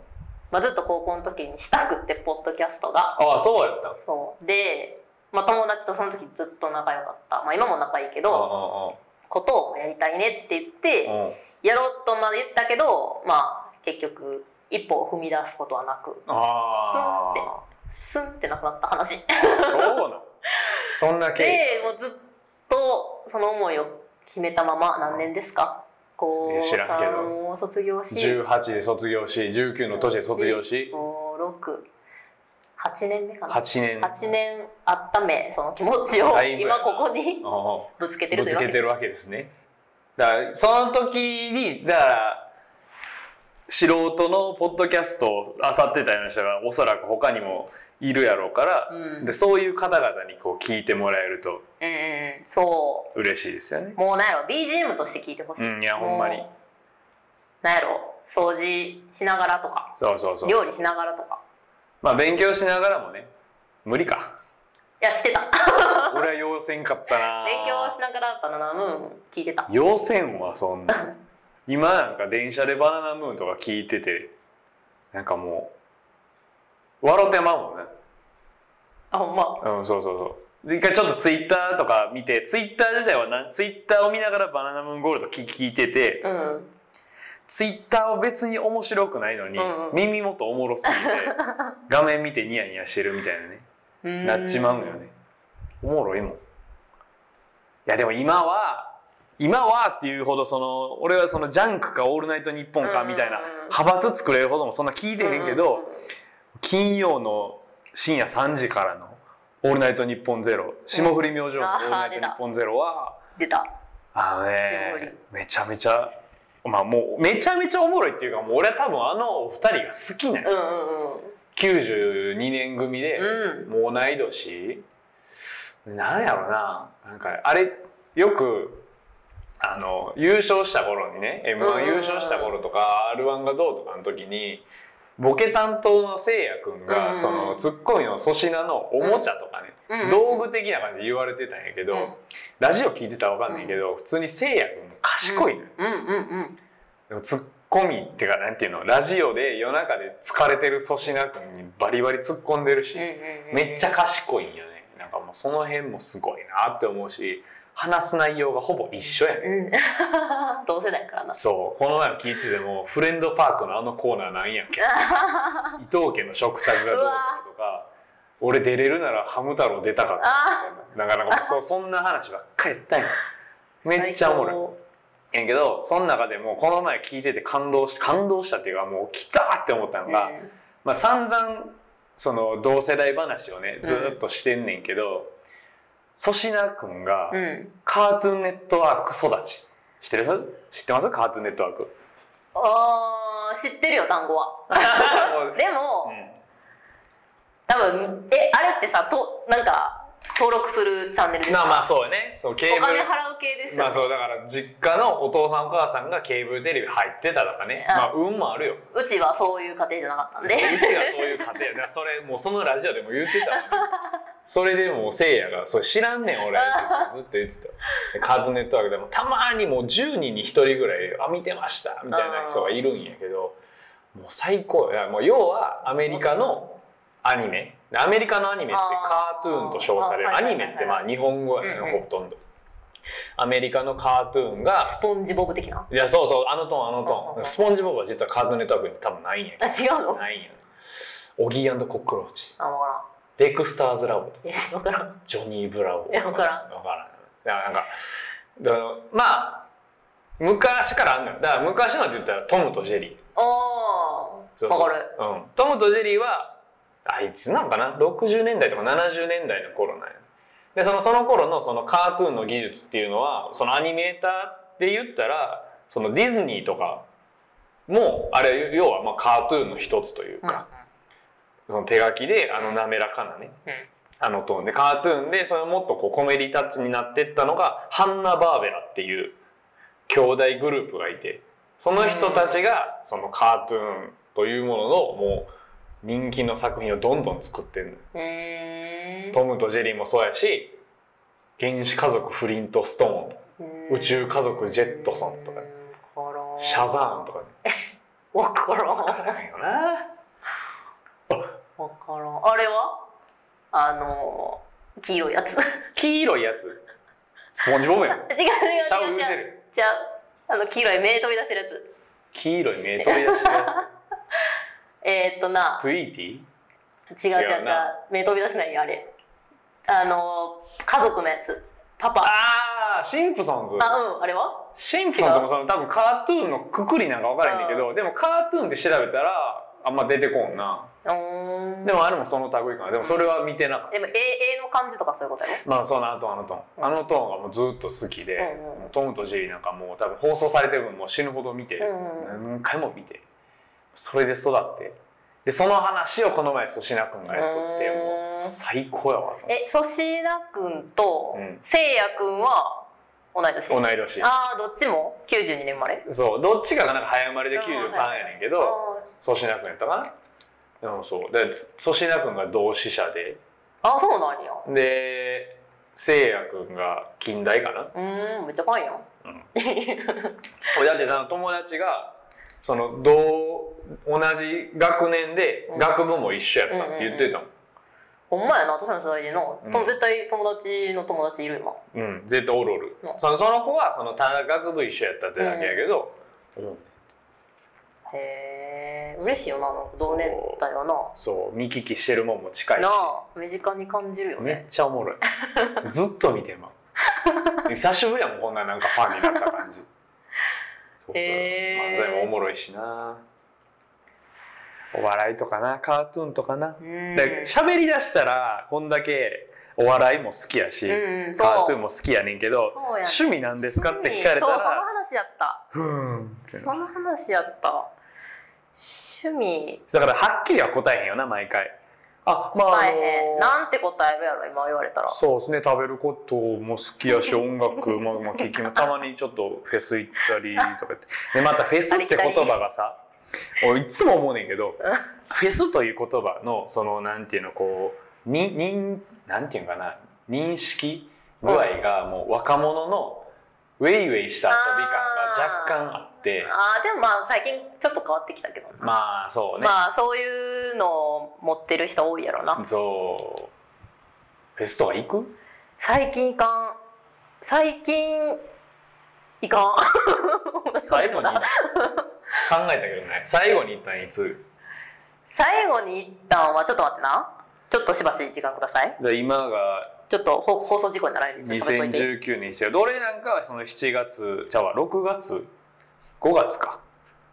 S1: まあ、ずっと高校の時にしたくってポッドキャストが
S2: ああそうやったんす
S1: そうで、まあ、友達とその時ずっと仲良かった、まあ、今も仲いいけ
S2: うんう
S1: どことをやりたいねって言って、
S2: んうんうん
S1: やろうとまで言ったけどまあ結局一歩を踏み出すことはなく
S2: あ
S1: スンってなくなった話
S2: あそうな のそんな経
S1: でもうずっとその思いを決めたまま何年ですか高
S2: え知らんけど
S1: 3を卒業
S2: 緯
S1: し
S2: 18で卒業し19の年で卒業し
S1: 568年目かな
S2: 8年
S1: 8年温めその気持ちを
S2: だいぶやな
S1: 今ここに
S2: ああ
S1: ぶつけてる
S2: ぶ
S1: という
S2: つ
S1: わけ
S2: け
S1: で
S2: て
S1: す
S2: るわけですねだからその時にだから素人のポッドキャストを漁ってたような人がおそらく他にもいるやろうから、
S1: うん
S2: でそういう方々にこう聞いてもらえると
S1: うんうんそ
S2: 嬉しいですよね
S1: うもうなんやろ BGM として聞いてほしい、
S2: うんいやほんまに
S1: もうなんやろ掃除しながらとか
S2: そうそうそう
S1: 料理しながらとか
S2: まあ勉強しながらもね無 理か
S1: いやしてた
S2: 俺は要せんかったな
S1: 勉強しながらやっぱナナムーン聞いてた
S2: 要せんはそんな今なんか電車でバナナムーンとか聞いててなんかもう笑ってまうもんね
S1: あほんま
S2: うん、そうそうそう。で一回ちょっとツイッターとか見て、ツイッター自体はな、ツイッターを見ながらバナナムーンゴールド聞聞いてて、
S1: うん
S2: ツイッターを別に面白くないのに、
S1: うんうん
S2: 耳元おも ろすぎて、画面見てニヤニヤしてるみたいなね、
S1: うん
S2: なっちまうのよね。おもろいもん。いや、でも今は、今はっていうほどその俺はそのジャンクかオールナイトニッポンかみたいな
S1: うんうんうん
S2: 派閥作れるほどもそんな聞いてへんけど、金曜の深夜3時からの「オールナイトニッポンゼロ霜降り明星の「オ
S1: あー
S2: ールナイトニッポンゼロは
S1: 出た
S2: あの
S1: 霜降
S2: ね
S1: り
S2: めちゃめちゃまあもうめちゃめちゃおもろいっていうかもう俺は多分あのお二人が好きな
S1: う
S2: の
S1: んうんうん
S2: 92年組で、
S1: う
S2: もう同い年なんやろななんかあれよくあの優勝した頃にね m
S1: うん
S2: 1優勝した頃とか r 1がどうとかの時にボケ担当のせいやくん
S1: う
S2: が
S1: ん
S2: そのツッコミの粗品のおもちゃとか
S1: うんう
S2: ね
S1: ん
S2: 道具的な感じで言われてたんやけど
S1: うん
S2: ラジオ聞いてたらわかんないけど普通にせいやくんも賢いのよ。
S1: うんうんうん
S2: でもツッコミっていうかなんていうのラジオで夜中で疲れてる粗品くんにバリバリ突っ込んでるし、めっちゃ賢いんよねなんかもうその辺もすごいなって思うし話す内容がほぼ一緒やね
S1: うん 同世代からな
S2: そうこの前も聞いてても「フレンドパークのあのコーナーなんや っけ? 」伊藤家の食卓がどうとかとか「俺出れるならハム太郎出たかった」みたいななかなかもうそそんな話ばっかりやったんやめっちゃおもろいやんけどその中でもこの前聞いてて感動し感動したっていうかもう来たーって思ったの
S1: 最
S2: が、
S1: 高うん
S2: まあ、散々その同世代話をねずーっとしてんねんけど粗品君が
S1: うん
S2: カートゥーンネットワーク育ち知ってる知ってますカートゥーンネットワーク も
S1: あー知ってるよ単語は
S2: う
S1: でも
S2: うん
S1: 多分えあれってさとなんか登録するチャンネルです
S2: まあ
S1: か
S2: まあそうよねそうケー
S1: お
S2: ブ
S1: 金
S2: ル
S1: 払う系です
S2: ま
S1: よ
S2: あそうだから実家のお父さんお母さんがケーブルテレビ入ってたとかね
S1: あ
S2: まあ運もあるよ
S1: うちはそういう家庭じゃなかったん
S2: う
S1: で
S2: ちがそういう家庭だからそれもうそのラジオでも言ってたわそれでもうせいやが「それ知らんねん俺」ってずっと言ってたでカートゥーンネットワークでもたまにもう10人に1人ぐらい「あ見てました」みたいな人がいるんやけどもう最高いやもう要はアメリカのアニメアメリカのアニメってカートゥーンと称され
S1: あ
S2: る
S1: ー
S2: アニメってまあ日本語や
S1: うん
S2: ね
S1: うん
S2: ほとんどアメリカのカートゥーンが
S1: スポンジボブ的ない
S2: やそうそうあのトーンあのト
S1: うんう
S2: ー
S1: ん
S2: ンスポンジボブは実はカートゥーンネットワークに多分ないんやけど
S1: あ違うの
S2: ないんやねオギーコックローチ
S1: あ分か
S2: デクスターズラボ
S1: らんいや分からん
S2: ジョニー・ブラボー
S1: いやわから
S2: ん分からんだからなんかだからまあ昔からあんのよだから昔のって言ったらトムとジェリー
S1: あー
S2: そうそう
S1: 分かる
S2: うん、トムとジェリーはあいつなんかな60年代とか70年代の頃なんやでそのその頃のそのカートゥーンの技術っていうのはそのアニメーターで言ったらそのディズニーとかもあれ要はまあカートゥーンの一つというか、その手書きであの滑らかなね、
S1: うん
S2: あのトーンでカートゥーンでそれもっとこうコメディタッチになってったのがハンナ・バーベラっていう兄弟グループがいてその人たちがそのカートゥーンというもののもう人気の作品をどんどん作ってるの
S1: うーん
S2: トムとジェリーもそうやし原始家族フリント・ストーン宇宙家族ジェットソンとかねシャザーンと
S1: か
S2: かね
S1: 分からん
S2: わからんよな
S1: 分からんあれはあの黄色いやつ 違う
S2: 黄色いやつスポンジボブやん
S1: 違
S2: シャウ
S1: う違う
S2: 言うて
S1: 違う
S2: る
S1: じゃあの黄色い目飛び出してるやつ
S2: 黄色い目飛び出してるや
S1: えーっとな
S2: トゥイーティー
S1: 違う違う違う
S2: 違うな
S1: 目飛び出しないよあれあの家族のやつパパ
S2: ああシンプソンズ
S1: あうんあれは
S2: シンプソンズもその多分カートゥーンのくくりなんか分からへんねんけどでもカートゥーンって調べたらあんま出てこんな
S1: うーん
S2: でもあれもその類いかなでもそれは見てなかった
S1: でも絵絵の感じとかそういうことやろ
S2: まあそのあとあのトーンあのトーンがもうずっと好きで、
S1: うんうん
S2: もうトムとジェリーなんかもう多分放送されてる分もう死ぬほど見て、
S1: うん
S2: 何回も見てそれで育ってでその話をこの前粗品君がやっとって
S1: うん
S2: もう最高やわと
S1: え粗品君と
S2: うん
S1: せいや君は同い年
S2: 思って同い年
S1: ああどっちも92年生まれ
S2: そうどっちかがなんか早生まれで93やねんけ
S1: あ
S2: ど粗品君やったかなうんそうで粗品君が同志社で
S1: ーあそうなんや
S2: でせいや君が近代かな
S1: うーんめっちゃファンやん、
S2: う
S1: うん
S2: 俺だってあの友達がその同同じ学年で
S1: うん
S2: 学部も一緒やったって言ってたもん、
S1: ほんまやな私の世代での、
S2: うん
S1: とも絶対友達の友達いるよ
S2: うん絶対おるおる、
S1: うん
S2: そのその子はそのただ学部一緒やったってだけやけど、うん
S1: なへえ嬉しいよななんか同年代はな
S2: そう見聞きしてるもんも近いし
S1: なあ身近に感じるよ
S2: めっ
S1: ね
S2: ちゃお もろいずっと見てまう久しぶりやもんこんななんかファンになった感じそうそう
S1: へー
S2: 漫才もおもろいしなお笑いとかなカートゥーンとかな
S1: うーん
S2: で喋りだしたらこんだけお笑いも好きやし、
S1: うんうんそう
S2: カートゥーンも好きやねんけど
S1: そうやね
S2: 趣味なんですかって聞かれた
S1: そうその
S2: ら
S1: 話やった
S2: ふーんって
S1: その話やった趣味
S2: だからはっきりは答えへんよな毎回あまあ
S1: 答
S2: あ
S1: えへん
S2: の
S1: なんて答えるやろ今言われたら
S2: そうですね食べることも好きやし音楽もまあ聞きもたまにちょっとフェス行ったりとかってでまたフェスって言葉がさ 俺いつも思うねんけどフェスという言葉のそのなんていうのこうにになんていうんかな認識具合がもう若者のウェイウェイした遊び感が若干あって
S1: あーでもまあ最近ちょっと変わってきたけどな、
S2: まあそうね、
S1: まあそういうのを持ってる人多いやろな、
S2: そうフェスとか行く
S1: 最近いかん最近いかん
S2: 最後に考えたけどね最後に行ったんいつ
S1: 最後に行ったんはちょっと待ってなちょっとしばし時間ください
S2: で今が
S1: ちょっとほ放送事故にならないようにちょっと喋っといて
S2: 2019年して俺なんかはその7月じゃあ6月5月か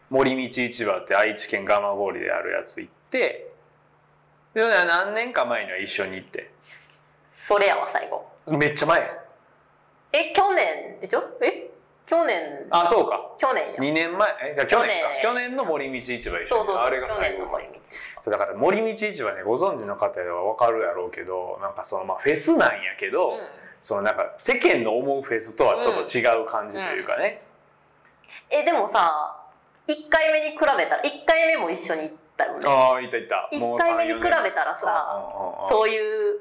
S2: 森道市場って愛知県蒲郡であるやつ行ってで何年か前には一緒に行って
S1: それやわ最後
S2: めっちゃ前
S1: え去年えちょえ去年
S2: あそうか
S1: 去年や
S2: 2年前えじゃあ去年か
S1: 去
S2: 去年の森道市場一緒に
S1: そうそうそう
S2: あれが
S1: 去
S2: 最
S1: 年
S2: 後
S1: の
S2: か
S1: 森道
S2: そうだから森道市場ねご存知の方は分かるやろうけどなんかそのまあフェスなんやけど、
S1: うん
S2: そのなんか世間の思うフェスとはちょっと違う感じというかね、
S1: えでもさ1回目に比べたら1回目も一緒に行ったよね
S2: ああいたいた
S1: 1回目に比べ
S2: た
S1: たらさそういう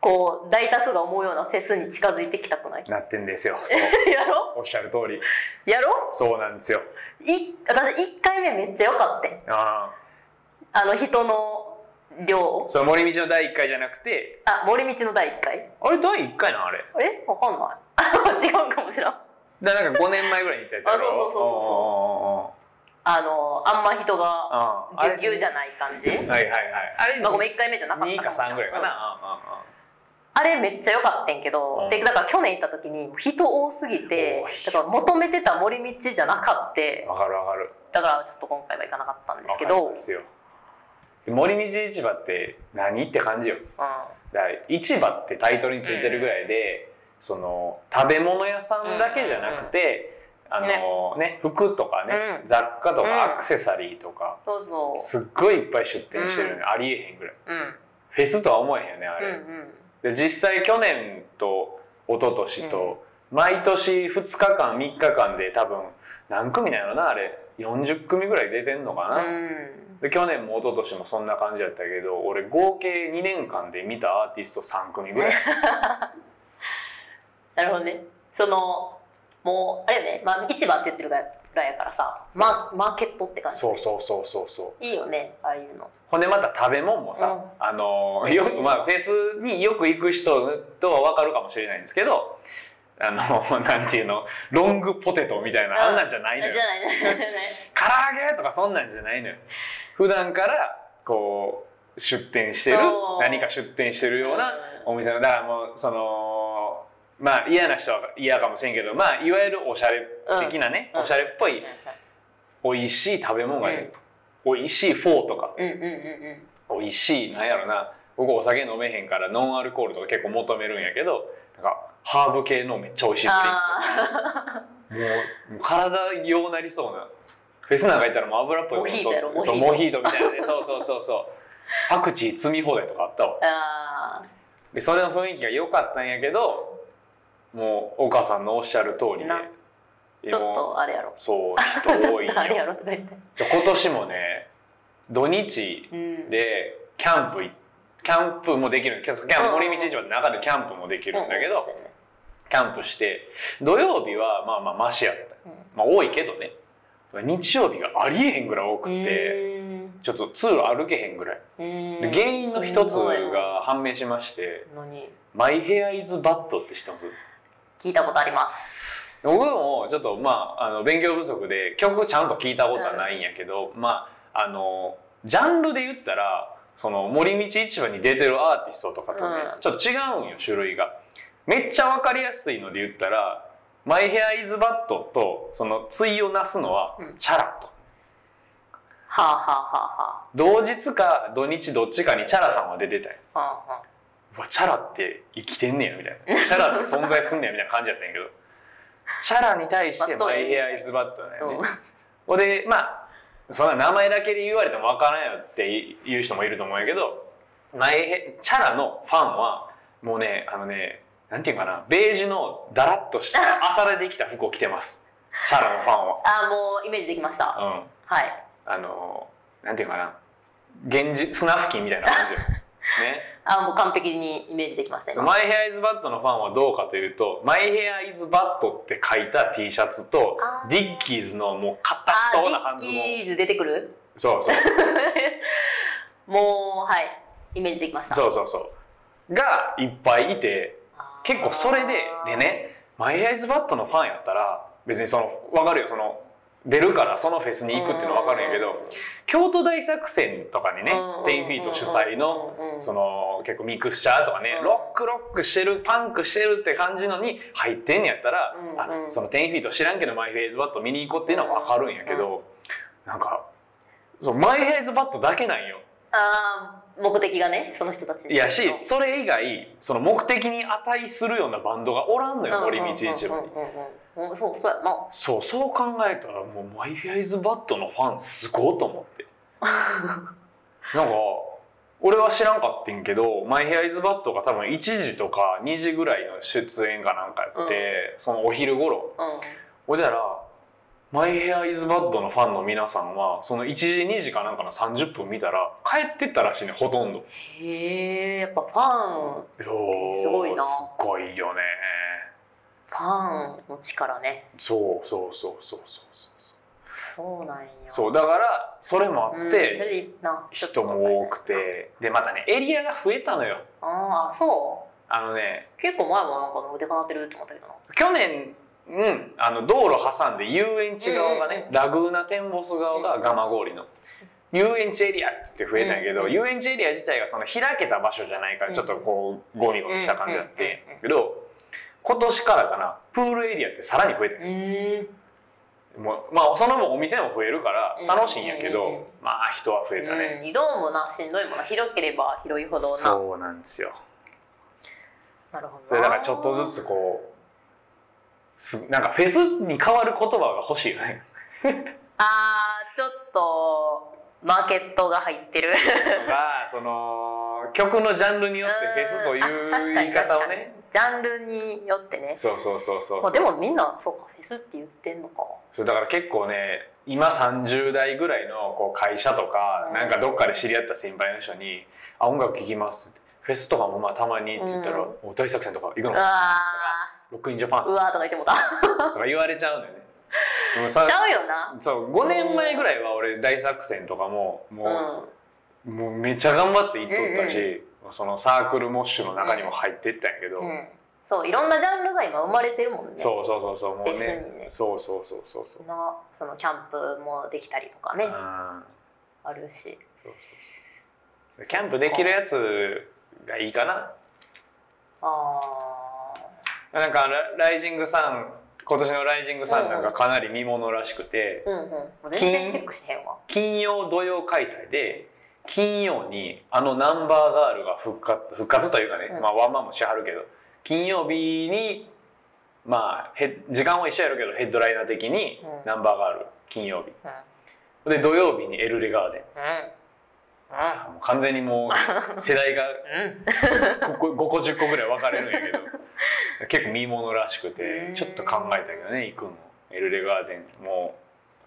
S1: こう大多数が思うようなフェスに近づいてきたくない
S2: なってんですよそう
S1: やろ
S2: おっしゃる通り
S1: やろ
S2: そうなんですよ
S1: い私1回目めっちゃ良かった
S2: あ
S1: あの人の量
S2: あそう森道の第一回じゃなくて
S1: あ森道の第1回
S2: あれ第一回なんあれ
S1: あれわかんない 違うかもしらん
S2: だからなんか5年前ぐらいに行ったやつやろ
S1: あそうそうそうそうあのあんま人が
S2: ああ
S1: ぎ
S2: あれ
S1: ゅうぎゅうじゃない感じ
S2: はいはいはいあれ
S1: まあごめん1回目じゃなかった
S2: 2か3ぐらいかな、
S1: うん
S2: あ
S1: あれめっちゃ良かったんけど、
S2: うん
S1: でだから去年行った時に人多すぎて
S2: 多い
S1: だから求めてた森道じゃなかった
S2: あわかるわかる
S1: だからちょっと今回は行かなかったんですけ
S2: わか
S1: ど
S2: るんですよ森道市場って何って感じよ
S1: う
S2: だから市場ってタイトルについてるぐらいで、その食べ物屋さんだけじゃなくて、
S1: ん
S2: あのね服とかね、
S1: うん
S2: 雑貨と
S1: うん
S2: かアクセサリーとか、
S1: ん、そうそ
S2: すっごいいっぱい出店してるのに、
S1: う、
S2: ありえへんぐらいう
S1: うん、
S2: フェスとは思えへんよねあ
S1: う
S2: れ、
S1: んうん
S2: で実際去年と一昨年と、毎年2日間3日間で多分何組なんやろなあれ40組ぐらい出てんのかな、
S1: うん
S2: で去年も一昨年もそんな感じだったけど俺合計2年間で見たアーティスト3組ぐらい
S1: なるほどねそのもうあれよね、まあ、市場って言ってるぐらいやからさマーマーケットって感じ
S2: そうそうそうそうそう
S1: いいよねああいうの
S2: ほんでまた食べ物もさ、
S1: うん
S2: あのーよくまあフェスによく行く人とは分かるかもしれないんですけどあの なんていうのロングポテトみたいな、
S1: うん
S2: あんなんじゃない
S1: じゃ
S2: の
S1: ない
S2: よ
S1: じゃない
S2: 唐揚げとかそんなんじゃないのよ普段からこう出店してる
S1: おー
S2: 何か出店してるようなお店のだからもうそのまあ嫌な人は嫌かもしれんけどまあいわゆるおしゃれ的なね、
S1: うん
S2: おしゃれっぽい
S1: はいはい
S2: 美味しい食べ物がね、美味しいフォーとか
S1: うんうんうん
S2: 美味しいなんやろな僕お酒飲めへんからノンアルコールとか結構求めるんやけどなんかハーブ系のめっちゃ美味し
S1: う
S2: い
S1: ん。
S2: って
S1: あ
S2: もうもう体ようなりそうなフェスなんか行ったらもう油っぽいもの
S1: モ
S2: と
S1: ヒートやろモヒート
S2: そうモヒートみたいなねそうそうそうそうパクチー積み放題とかあったわ
S1: ーあ
S2: でそれの雰囲気が良かったんやけどもうお母さんのおっしゃる通り
S1: なー。
S2: で
S1: ちょっ
S2: も
S1: とあれやろ。
S2: うそう
S1: ちょっ
S2: 人多いん
S1: とあれや
S2: よ
S1: ろとか言って。
S2: じゃあ今年もね土日
S1: うん。
S2: でキャンプいキャンプもできるキャンプキャンプ
S1: うんうんうん
S2: 森道市場の中でキャンプもできるんだけど、
S1: そうやね
S2: キャンプして土曜日はまあまあマシやった、
S1: うん
S2: まあ多いけどね日曜日がありえへんぐらい多くて、ちょっと通路歩けへんぐらい、
S1: うん。
S2: で
S1: うん
S2: 原因の一つ。が判明しまして
S1: 何
S2: 「マイヘアイズバッドって知ってます
S1: 聞いたことあります。
S2: 僕もちょっとまああの勉強不足で曲ちゃんと聞いたことはないんやけど、まああのジャンルで言ったらその森道市場に出てるアーティストとかとね、
S1: うん
S2: ちょっと違うんよ種類が。めっちゃわかりやすいので言ったら「マイ・ヘア・イズ・バット」とその対をなすのは
S1: うん
S2: 「チャラ」と。
S1: はあはあ
S2: 同日か土日どっちかにチャラさんは出てたよ。
S1: はあはあ。はあは
S2: うわチャラって生きてんねやみたいなチャラって存在すんねやみたいな感じやったんやけどチャラに対して
S1: バッド
S2: マ
S1: やね
S2: イヘアイズバッドだよね
S1: うん、
S2: ほんでまあそんな名前だけで言われてもわからんよって言う人もいると思うんやけどマイヘチャラのファンはもうねあのねなんていうかなベージュのダラッとした朝でできた服を着てますチャラのファン
S1: あーもうイメージできました。
S2: はうん
S1: はい。
S2: あのなんていうかな現実砂付近みたいな感じよね
S1: あーもう完璧にイメージできました今。
S2: マイヘアイズバットのファンはどうかというと、マイヘアイズバットって書いた T シャツと
S1: あ、ー
S2: ディッキーズのもう硬
S1: あ
S2: そうな
S1: ー
S2: 半
S1: デ
S2: ズ
S1: ィ
S2: ボ
S1: ッ
S2: ン。
S1: キーズ出てくる？
S2: そうそう。
S1: もうはいイメージできました。
S2: そうそうそう。がいっぱいいて、
S1: あー
S2: 結構それで、で。ね、マイヘアイズバットのファンやったら、別にその、わかるよ、その、出るからそのフェスに行くっていうのはわかるんやけ
S1: うん
S2: ど、京都大作戦とかにね、10フィート主催の、
S1: うんうんうん
S2: その結構ミクスチャーとかね、
S1: うん
S2: ロックロックしてるパンクしてるって感じのに入ってんねやったら、
S1: うんうん
S2: あその10フィート知らんけどマイフェイズバット見に行こうっていうのは分かるんやけど、なんかそうマイフェイズバットだけなんよ。
S1: あー目的がねその人たちに
S2: やしそれ以外その目的に値するようなバンドがおらんのよ森道市場に。
S1: うんうんうんうんうんそうそうやな
S2: そうそう考えたらもうマイフェイズバットのファンすごいと思って なんか俺は知らんかってんけどマイフェイズバットが多分1時とか2時ぐらいの出演かなんかやって、そのお昼頃
S1: うん
S2: ほいだらマイヘアイズバッドのファンの皆さんはその1時2時かなんかの30分見たら帰ってったらしいねほとんど
S1: へえやっぱファン
S2: いやー
S1: すごいな
S2: すごいよね
S1: ファンの力ね
S2: そうそうそうそうそうそう
S1: そうなんや
S2: そう
S1: う
S2: だからそれもあ
S1: んそ
S2: って、
S1: れでいいなちょっと
S2: 人も多くてでまたねエリアが増えたのよ
S1: ああそ
S2: あのね
S1: う結構前もなんか腕かなってると思ったけどな
S2: 去年うん、あの道路挟んで遊園地側がね、
S1: う
S2: ラグーナテンボス側が蒲郡の遊園地エリアって増えたんやけど、
S1: うん
S2: 遊園地エリア自体がその開けた場所じゃないからちょっとこうゴミゴミした感じだって
S1: うんうんうんうん
S2: けど今年からかなプールエリアってさらに増えて
S1: うーん
S2: もうまあその分お店も増えるから楽しいんやけど、
S1: うんうんうん
S2: まあ人は増えたね、
S1: うん移動もなしんどいもんな広ければ広いほどな
S2: そうなんですよ
S1: なるほどな
S2: それだからちょっとずつこうすなんかフェスに変わる言葉が欲しいよ ね
S1: ああちょっとマーケットが入ってる
S2: とかその曲のジャンルによってフェスとい
S1: ん
S2: う
S1: あ確か
S2: 言い
S1: に
S2: 方
S1: 確
S2: を
S1: か
S2: ね
S1: にジャンルによってね
S2: そうそうそうそう
S1: まあ、でもみんなそうかフェスって言ってんのか
S2: そうだから結構ね今30代ぐらいのこう会社とか
S1: うん
S2: なんかどっかで知り合った先輩の人に「あ音楽聴きます」って言って「フェスとかもまあたまに」って言ったら
S1: う
S2: 「お大作戦とか行く
S1: う
S2: の?」
S1: わ
S2: ロックインジャパ
S1: ー
S2: ン」
S1: うわーとか言ってもうたち
S2: とか言われちゃうんだよね。でもさ
S1: ゃうよな
S2: そう5年前ぐらいは俺大作戦とかももう
S1: う
S2: もうめっちゃ頑張って行っとったし、
S1: うん
S2: そのサークルモッシュの中にも入ってったんやけど、
S1: ん、うん、そういろんなジャンルが今生まれてるもんね
S2: そうそうそうそうもうね
S1: フェスにね
S2: そうそうそうそうそう
S1: のそのキャンプもできたりとかね、
S2: うん
S1: あるし
S2: キャンプできるやつがいいかな
S1: あ
S2: なんかラライジングさん今年のライジングさんなんかかなり見ものらしくて
S1: ーうんうんもう全然チェックしてへんわ
S2: 金曜土曜開催で金曜にあのナンバーガールが復活復活というかね、
S1: うん
S2: まあワンマンもしはるけど金曜日にまあヘッ時間は一緒やるけどヘッドライナー的に
S1: うん
S2: ナンバーガール金曜日
S1: うん
S2: で土曜日にエルレガーデン
S1: う
S2: もう完全に もう世代が
S1: んうんうん
S2: 5個 ,5 個10個ぐらい分かれるんやけど 結構見ものらしく
S1: う
S2: て
S1: ん
S2: ちょっと考えたけどね行くのエルレガーデンも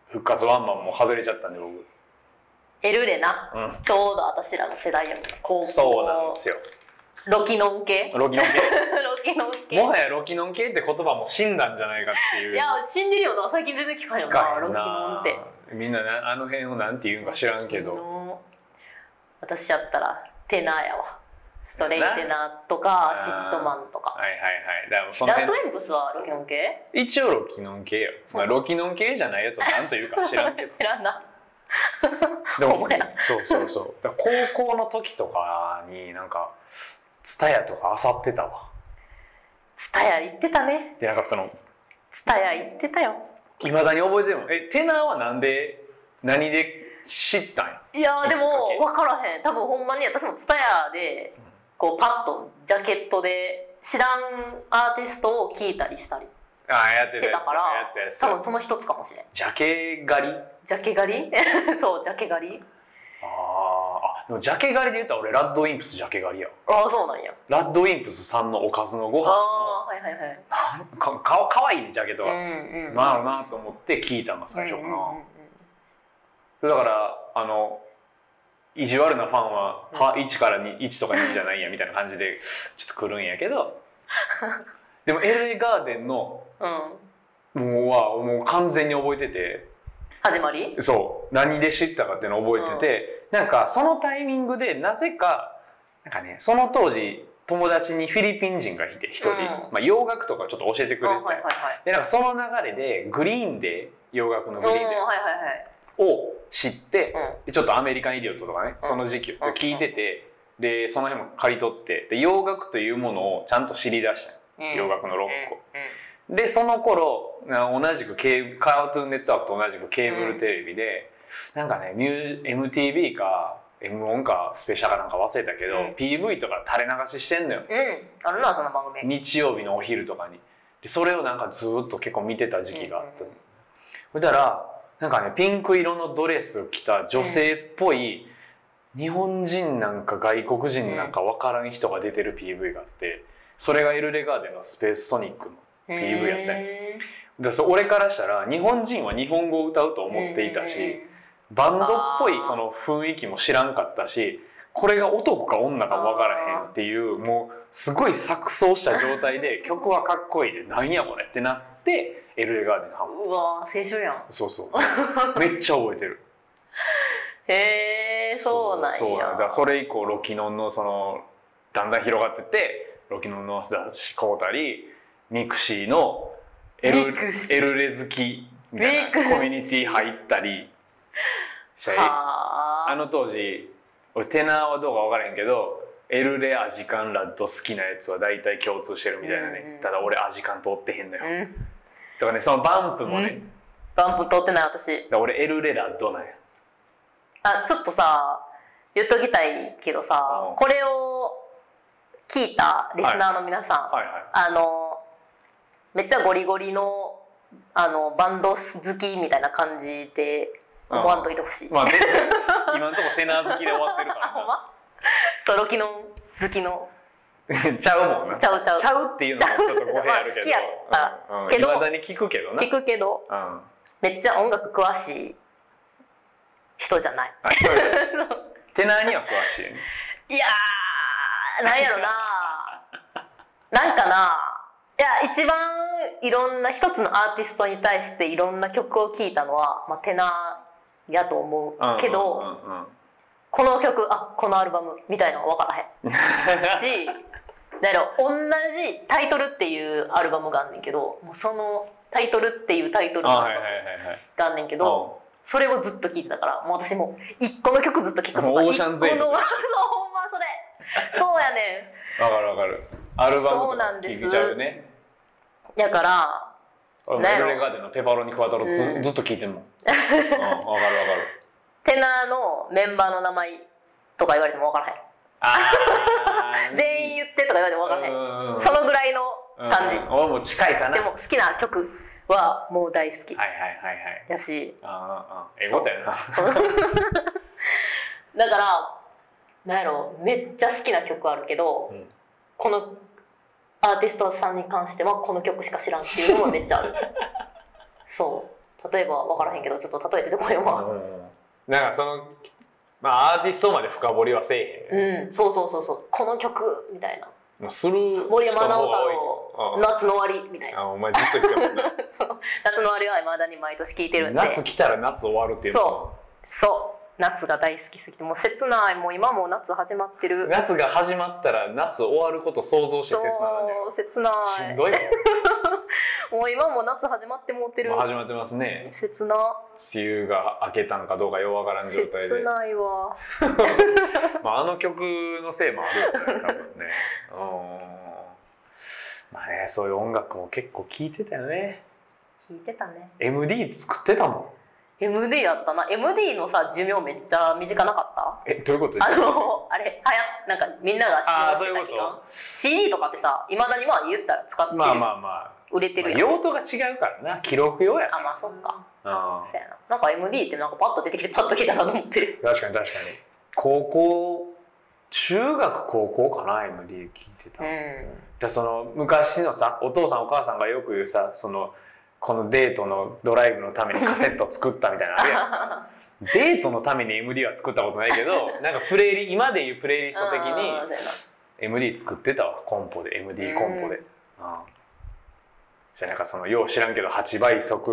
S2: う復活ワンマンも外れちゃったんで僕、
S1: エルレな
S2: う
S1: ちょうど私らの世代やもん高校
S2: ん、そうなんですよ
S1: ロキノン系
S2: ロキノン系
S1: ロキノン系
S2: もはやロキノン系って言葉も死んだんじゃないかっていう
S1: いや死んでるよな最近出てきたよ
S2: 聞か
S1: な
S2: へ
S1: ロ
S2: ん
S1: キノン
S2: な
S1: って
S2: みんななあの辺をなんて言うんか知らんけ
S1: ロキ
S2: ど
S1: ノン私やったらテナーやわストレイ
S2: テナー
S1: テナーとか
S2: あー
S1: シットマンとか
S2: はいはいはいだからその
S1: ラット
S2: 辺
S1: エンプスはロキノン系
S2: 一応ロキノン系よ、まあ、ロキノン系じゃないやつをなんと言うか 知らんけど
S1: 知らんな
S2: で
S1: ほ
S2: も
S1: んまや
S2: そうそうそうだから高校の時とかになんかツタヤとか漁ってたわ
S1: ツタヤ行ってたね
S2: でなんかその
S1: ツタヤ行ってたよ
S2: いまだに覚えてるもんえテナーはなんで何で知ったんや
S1: いやーでも
S2: きっかけ
S1: 分からへん多分ほんまに私もツタヤでこうパッとジャケットで知らんアーティストを聴いたりしたり
S2: ああやって
S1: したて
S2: や
S1: た
S2: つ
S1: から
S2: やってたやつ
S1: 多分その一つかもしれん
S2: ジャケ狩り
S1: ジャケ狩り そうジャケ狩り
S2: あーあでもジャケ狩りで言ったら俺ラッドインプスジャケ狩りやわ
S1: ああそうなんや
S2: ラッドインプスさんのおかずのご飯
S1: ああーはいはいはい
S2: のかかかわいいねジャケットが、
S1: うんうん
S2: なるなと思って聞いたのが最初かな、
S1: うんうんうんうん
S2: だからあの意地悪なファンは「は1から2 1とか2じゃないや」みたいな感じでちょっと来るんやけ どでも LA ガーデンの
S1: うん
S2: もうはもう完全に覚えてて
S1: 始まり
S2: そう何で知ったかっていうのを覚えてて、なんかそのタイミングでなぜかなんかねその当時友達にフィリピン人がいて一人、
S1: うん
S2: まあ、洋楽とかちょっと教えてく
S1: あは
S2: れ
S1: い
S2: てたん
S1: はい
S2: よ
S1: はい
S2: でなんかその流れでグリーンデー洋楽の
S1: う
S2: グ
S1: んは
S2: リ
S1: い
S2: ーンデ
S1: はい
S2: ーを知って、
S1: はい
S2: でちょっとアメリカンイディオットとかねその時期を
S1: うん
S2: 聞いててでその辺も借り取ってで洋楽というものをちゃんと知り出した
S1: うん
S2: 洋楽のロックを。
S1: う
S2: でその頃な同じくケーブカートゥーンネットワークと同じくケーブルテレビで、なんかねミュー MTV か M 音かスペシャルかなんか忘れたけど、
S1: うん
S2: PV とか垂れ流ししてんのよ
S1: んうんあるなその番組
S2: 日曜日のお昼とかに。でそれをなんかずーっと結構見てた時期があっ
S1: うん
S2: た
S1: うんうん
S2: そしたらなんかねピンク色のドレスを着た女性っぽい、日本人なんか外国人なんか分からん人が出てる PV があってそれがエルレガーデンの「スペースソニックの」PV やったん
S1: ね
S2: だからそう俺からしたら日本人は日本語を歌うと思っていたしバンドっぽいその雰囲気も知らんかったしこれが男か女かも分からへんっていうもうすごい錯綜した状態で曲はかっこいいでなんやこれってなってエルレガーデンハマ
S1: うわー青春やん
S2: そうそうめっちゃ覚えてる
S1: へえそうなんや
S2: そうだからそれ以降ロキノンのそのだんだん広がってってロキノンの出しこうたりミクシーのエル
S1: ミクシー
S2: エルレ好きみたい
S1: ミクシ
S2: な
S1: ー
S2: コミュニティ入ったりしたり
S1: はー
S2: あの当時俺テナーはどうか分からへんけどエルレアジカンラッド好きなやつは大体共通してるみたいなね、
S1: うんうん
S2: ただ俺アジカン通ってへんのよ、
S1: うん
S2: とかねそのバンプもね、
S1: う
S2: だか
S1: バンプ通ってない私
S2: ら俺エルレラッドなんや
S1: あちょっとさ言っときたいけど
S2: う
S1: さ
S2: ん
S1: これを聞いたリスナーの皆さん、
S2: はいはい
S1: あのめっちゃゴリゴリのあのバンド好きみたいな感じで思わんといてほしい、
S2: まあ別に今のところテナー好きで終わってるから
S1: あほんま そうロキノン好きの
S2: ちゃうもんな。
S1: ちゃうちゃう
S2: ちゃうっていうのもちょっと語弊あるけど。
S1: ちゃうまあ好きやったけ
S2: け
S1: ど
S2: ど。いまだに聞くけどな。
S1: 聞くけど
S2: うん。あ、
S1: めっちゃ音楽詳しい人じゃない
S2: 聞こえる。テナーには詳しいね。
S1: いやーなんやろななんかないや一番いろんな一つのアーティストに対していろんな曲を聴いたのは、まあ、テナーやと思
S2: うん
S1: うけど、
S2: うんうんうん
S1: この曲あこのアルバムみたいなのは分から へんしだから同じ「タイトル」っていうアルバムがあんねんけどもうその「タイトル」っていうタイトル
S2: あ、
S1: が
S2: はいはいはいはい。
S1: あんねんけど、
S2: うん
S1: それをずっと聴いてたからもう私もう一個の曲ずっと聴くとか
S2: もうオーシャンズエイ
S1: 一
S2: ト
S1: 個の
S2: と
S1: そうほんまそれそうやね
S2: わかるわかるアルバム
S1: そう
S2: と
S1: な
S2: か
S1: んです
S2: 聴いちゃうよね
S1: んやから
S2: 俺も
S1: ね
S2: エルレガーデンのペパロニクワトロず,、
S1: うん
S2: ずっと聴い てんもん、うん、わかるわかる
S1: テナーのメンバーの名前とか言われても分からへん
S2: あー
S1: 全員言ってとか言われても分からへん
S2: うんうん
S1: そのぐらいの感じ、
S2: うん俺も近いかな
S1: でも好きな曲はもう大好き
S2: はいはいはいはい
S1: やし、
S2: ああああええことやな
S1: そう だからなんやろめっちゃ好きな曲あるけど、
S2: うん
S1: このアーティストさんに関してはこの曲しか知らんっていうのもめっち ゃあるそう例えば分からへんけどちょっと例えててこれは
S2: なんかそのまあアーティストまで深掘りはせえへん、
S1: うんそうそうそうそうこの曲みたいな
S2: もうする
S1: 森山
S2: 人の
S1: 直
S2: 方
S1: 太
S2: が多い
S1: 朗
S2: けど
S1: 夏の終わりみたい
S2: あ
S1: な
S2: あお前ずっと言ってたもんな
S1: そう夏の終わりはいまだに毎年聴いてるんで
S2: 夏来たら夏終わるっていうの
S1: そそう夏が大好きすぎてもう切ないもう今もう夏始まってる
S2: 夏が始まったら夏終わることを想像して切なのね
S1: そう切な
S2: し
S1: い
S2: んどいもん
S1: もう今もう夏始まってもうてる
S2: もう始まってますね
S1: 切な
S2: 梅雨が明けたんかどうかようわからん状態
S1: 切
S2: で、
S1: ないわ
S2: まあ、あの曲のせいもあるよ ね多分ねうんまあねそういう音楽も結構聴いてたよね
S1: 聞いてたね
S2: MD 作ってたもん
S1: MD だったな MD のさ寿命めっちゃ短なかっ
S2: えどういうこと
S1: たあのあれはやなんかみんなが使
S2: あ
S1: 用
S2: ー
S1: し
S2: そう
S1: て
S2: いう
S1: た
S2: こと
S1: 期間 CD とかってさいまだにまあ言ったら使ってる、
S2: まあまあまあ
S1: 売れてるやん、
S2: 用途が違うからな記録用や
S1: あまあそっか
S2: な、
S1: そうやななんか MD ってなんかパッと出てきてパッと聞いたなと思ってる
S2: 確かに確かに高校中学高校かな MD 聞いてた、
S1: うん
S2: でその昔のさお父さんお母さんがよく言うさそのこのデートのドライブのためにカセット作ったみたいなのある やんデートのために MD は作ったことない けどなんかプレイリ今でいうプレイリスト的
S1: うんそうや
S2: に
S1: な
S2: MD 作ってたわコンポで MD コン
S1: う
S2: ポで、うん、じゃあなんかそのよう知らんけど8倍速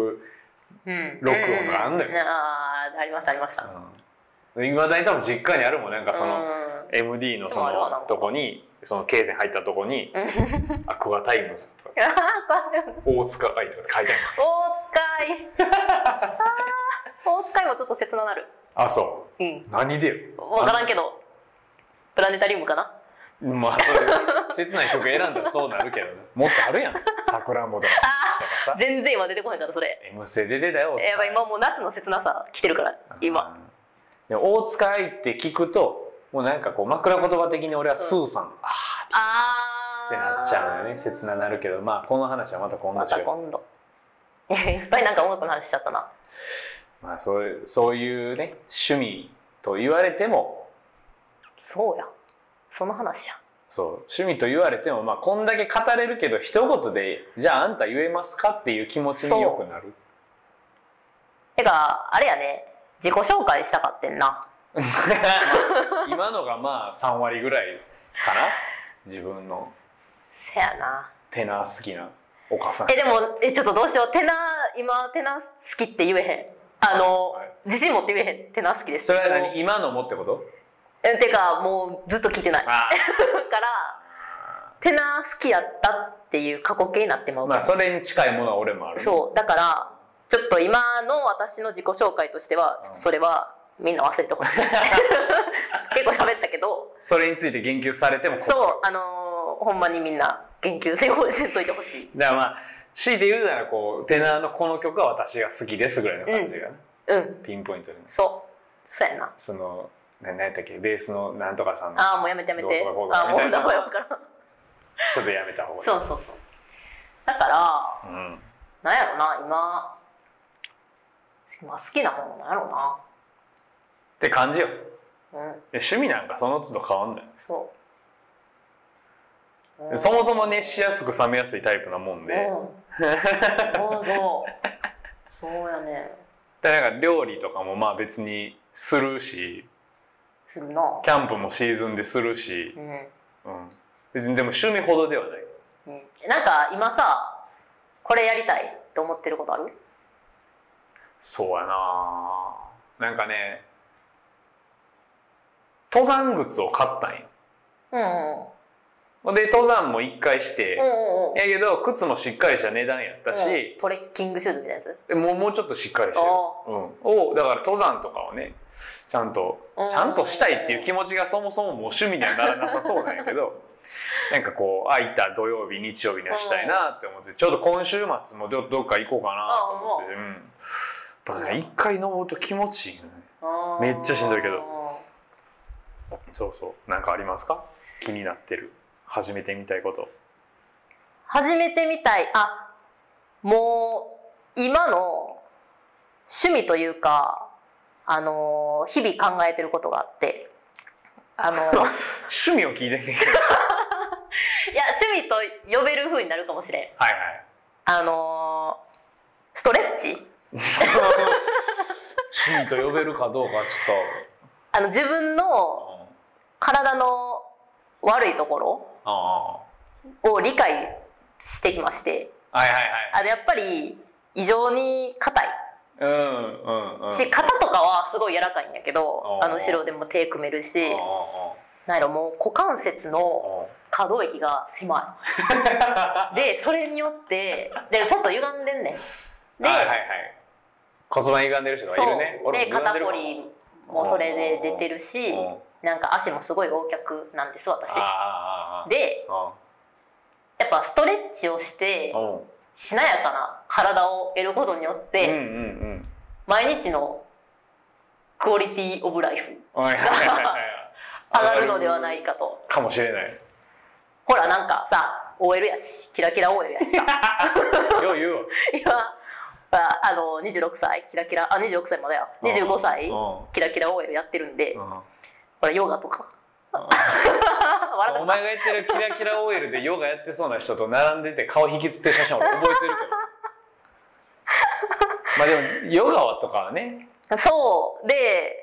S1: うん
S2: 録音とかあんのよ
S1: うあーありましたありました
S2: いまだに多分実家にあるもんなんかそ の、
S1: う
S2: MD のそ
S1: そうあるわな
S2: のとこにその経線入ったとこ
S1: ん
S2: に「アクアタイムズ」とか
S1: あーこれ
S2: 「大塚愛」とかって書いてある
S1: 大塚いあー 大塚いもちょっと切ななる
S2: あそ
S1: うん
S2: う何でよ
S1: 分からんけどプラネタリウムかな
S2: まあそういう切ない曲選んだらそうなるけどねもっとあるやんさくらんぼとかした らさ
S1: 全然今出てこないからそれ
S2: 「M ステ」出てたよ
S1: やっぱ今もう夏の切なさ来てるから今
S2: うんでも大塚愛って聞くともうなんかこう枕言葉的に俺は「スーさん」あ
S1: あ
S2: ー
S1: あ
S2: ってなっちゃうのよね切ななるけどまあこの話はまた今
S1: ま
S2: 度
S1: た
S2: しよう
S1: 今度いっぱいなんか音楽の話しちゃったな
S2: まあ、そういうそういうね趣味と言われても
S1: そうやその話や
S2: そう趣味と言われても、まあ、こんだけ語れるけど一言で「じゃああんた言えますか?」っていう気持ちによく なる
S1: てかあれやね自己紹介したかってんな
S2: 今のがまあ3割ぐらいかな自分の
S1: せやな
S2: テナー好きなお母さん
S1: えでもえちょっとどうしようテナー今テナー好きって言えへんあの、
S2: はい
S1: 自信持って言えへんテナー好きです
S2: それは
S1: もう
S2: 何今のもってこと
S1: えてかもうずっと聞いてないだか
S2: あ
S1: らテナー好きやったっていう過去形になってま
S2: あ
S1: う
S2: ま
S1: か
S2: あ
S1: ら、
S2: それに近いものは俺もある
S1: そうだからちょっと今の私の自己紹介としてはちょっとそれはみんな忘れて ほしい結構喋ったけど
S2: それについて言及されても困る
S1: そうあのーほんまにみんな言及せんせんといてほしい
S2: だからまあ強いて言うならこうテナーのこの曲は私が好きですぐらいの感じがね、
S1: うん
S2: ピンポイントで
S1: そうそうやな
S2: そのな何やったっけベースのなんとかさんの
S1: ああもうやめてやめて
S2: どうとかこうと
S1: あ
S2: か
S1: ーも
S2: み
S1: う
S2: た
S1: 名
S2: いな
S1: 前わからん
S2: ちょっとやめた方がいい
S1: そうそうそうだから
S2: うん、
S1: なんやろな今まあ好きなものなんやろ
S2: って感じよ
S1: なうん
S2: で趣味なんかその都度変わんない、
S1: そう、うん、
S2: そもそも熱しやすく冷めやすいタイプなもんで、
S1: うん、そうそうそうやね
S2: だからなんか料理とかもまあ別にするし
S1: するな
S2: キャンプもシーズンでするし
S1: う、ん、うん、
S2: うん、別にでも趣味ほどではない
S1: なんか今さこれやりたいと思ってることある
S2: そうやななんかね登山靴を買ったんよ
S1: うんうん
S2: ほんで登山も一回して、
S1: うんうん
S2: やけど靴もしっかりした値段やった
S1: うん
S2: し、
S1: トレッキングシューズみたいなやつ
S2: もうもうちょっとしっかりしてる、うん、をだから登山とかをねちゃんと
S1: うん
S2: ちゃんとしたいっていう気持ちがそもそももう趣味にはならなさそうなんやけ どなんかこう空いた土曜日日曜日にはしたいなって思ってちょうど今週末もどどっか行こうかなと思ってて、うん、やっぱね一回登ると気持ちいいよね
S1: あー
S2: めっちゃしんどいけどそうそうなんかありますか気になってる始めてみたいこと
S1: 始めてみたいあもう今の趣味というかあのー日々考えてることがあってあ のーいや
S2: 趣味を聞いてんね んけど
S1: 趣味と呼べる風になるかもしれん
S2: はい
S1: あのーストレッチ
S2: はい 趣味と呼べるかどうかちょっ
S1: あの自分
S2: と
S1: の
S2: うん
S1: 体の悪いところ
S2: あ
S1: を理解してきまして
S2: あはいはい
S1: あのやっぱり異常に硬い
S2: はいうんうんうん
S1: し肩とかはすごい柔らかいんやけど
S2: あー
S1: あの後ろでも手組めるし
S2: うんうん
S1: なんやろもう股関節の
S2: うん
S1: 可動域が狭いでそれによってでちょっと歪んでんねんで,、
S2: はいはいはい骨盤歪んでる人がいるね
S1: そうで肩こりもそれで出て
S2: る
S1: るしなんか足もすごい横脚なんです私
S2: ああああ
S1: で
S2: あ
S1: やっぱストレッチをして
S2: あうん
S1: しなやかな体を得ることによっ
S2: うん
S1: て、
S2: うん
S1: 毎日のクオリティオブライフ
S2: うんはいはいはいはい
S1: 上がるのではないかと
S2: かもしれない
S1: ほらなんかさ OL やしキラキラ OL やしさ
S2: よう言う わ
S1: 今ああの26歳キラキラあ26歳まだや25歳
S2: う
S1: キラキラ OL やってるんで、
S2: んうん
S1: ほらヨガとか 笑っ
S2: お前が言ってるキラキラ OL でヨガやってそうな人と並んでて顔引きつってる写真俺覚え てるけどまあでもヨガはとかはね
S1: たそうで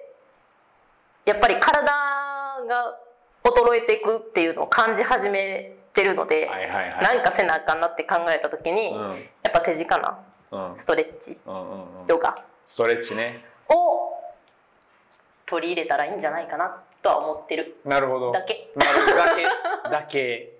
S1: やっぱり体が衰えていくっていうのを感じ始めてるので、
S2: はいはいはい
S1: なんかせなあかんなって考えた時に、
S2: うん
S1: やっぱ手近な
S2: うん
S1: ストレッチ
S2: うんうんうん
S1: ヨガ
S2: ストレッチね
S1: を取り入れたらいいんじゃないかなとは思ってる
S2: なるほど
S1: だけ。
S2: なるほどだ けだけ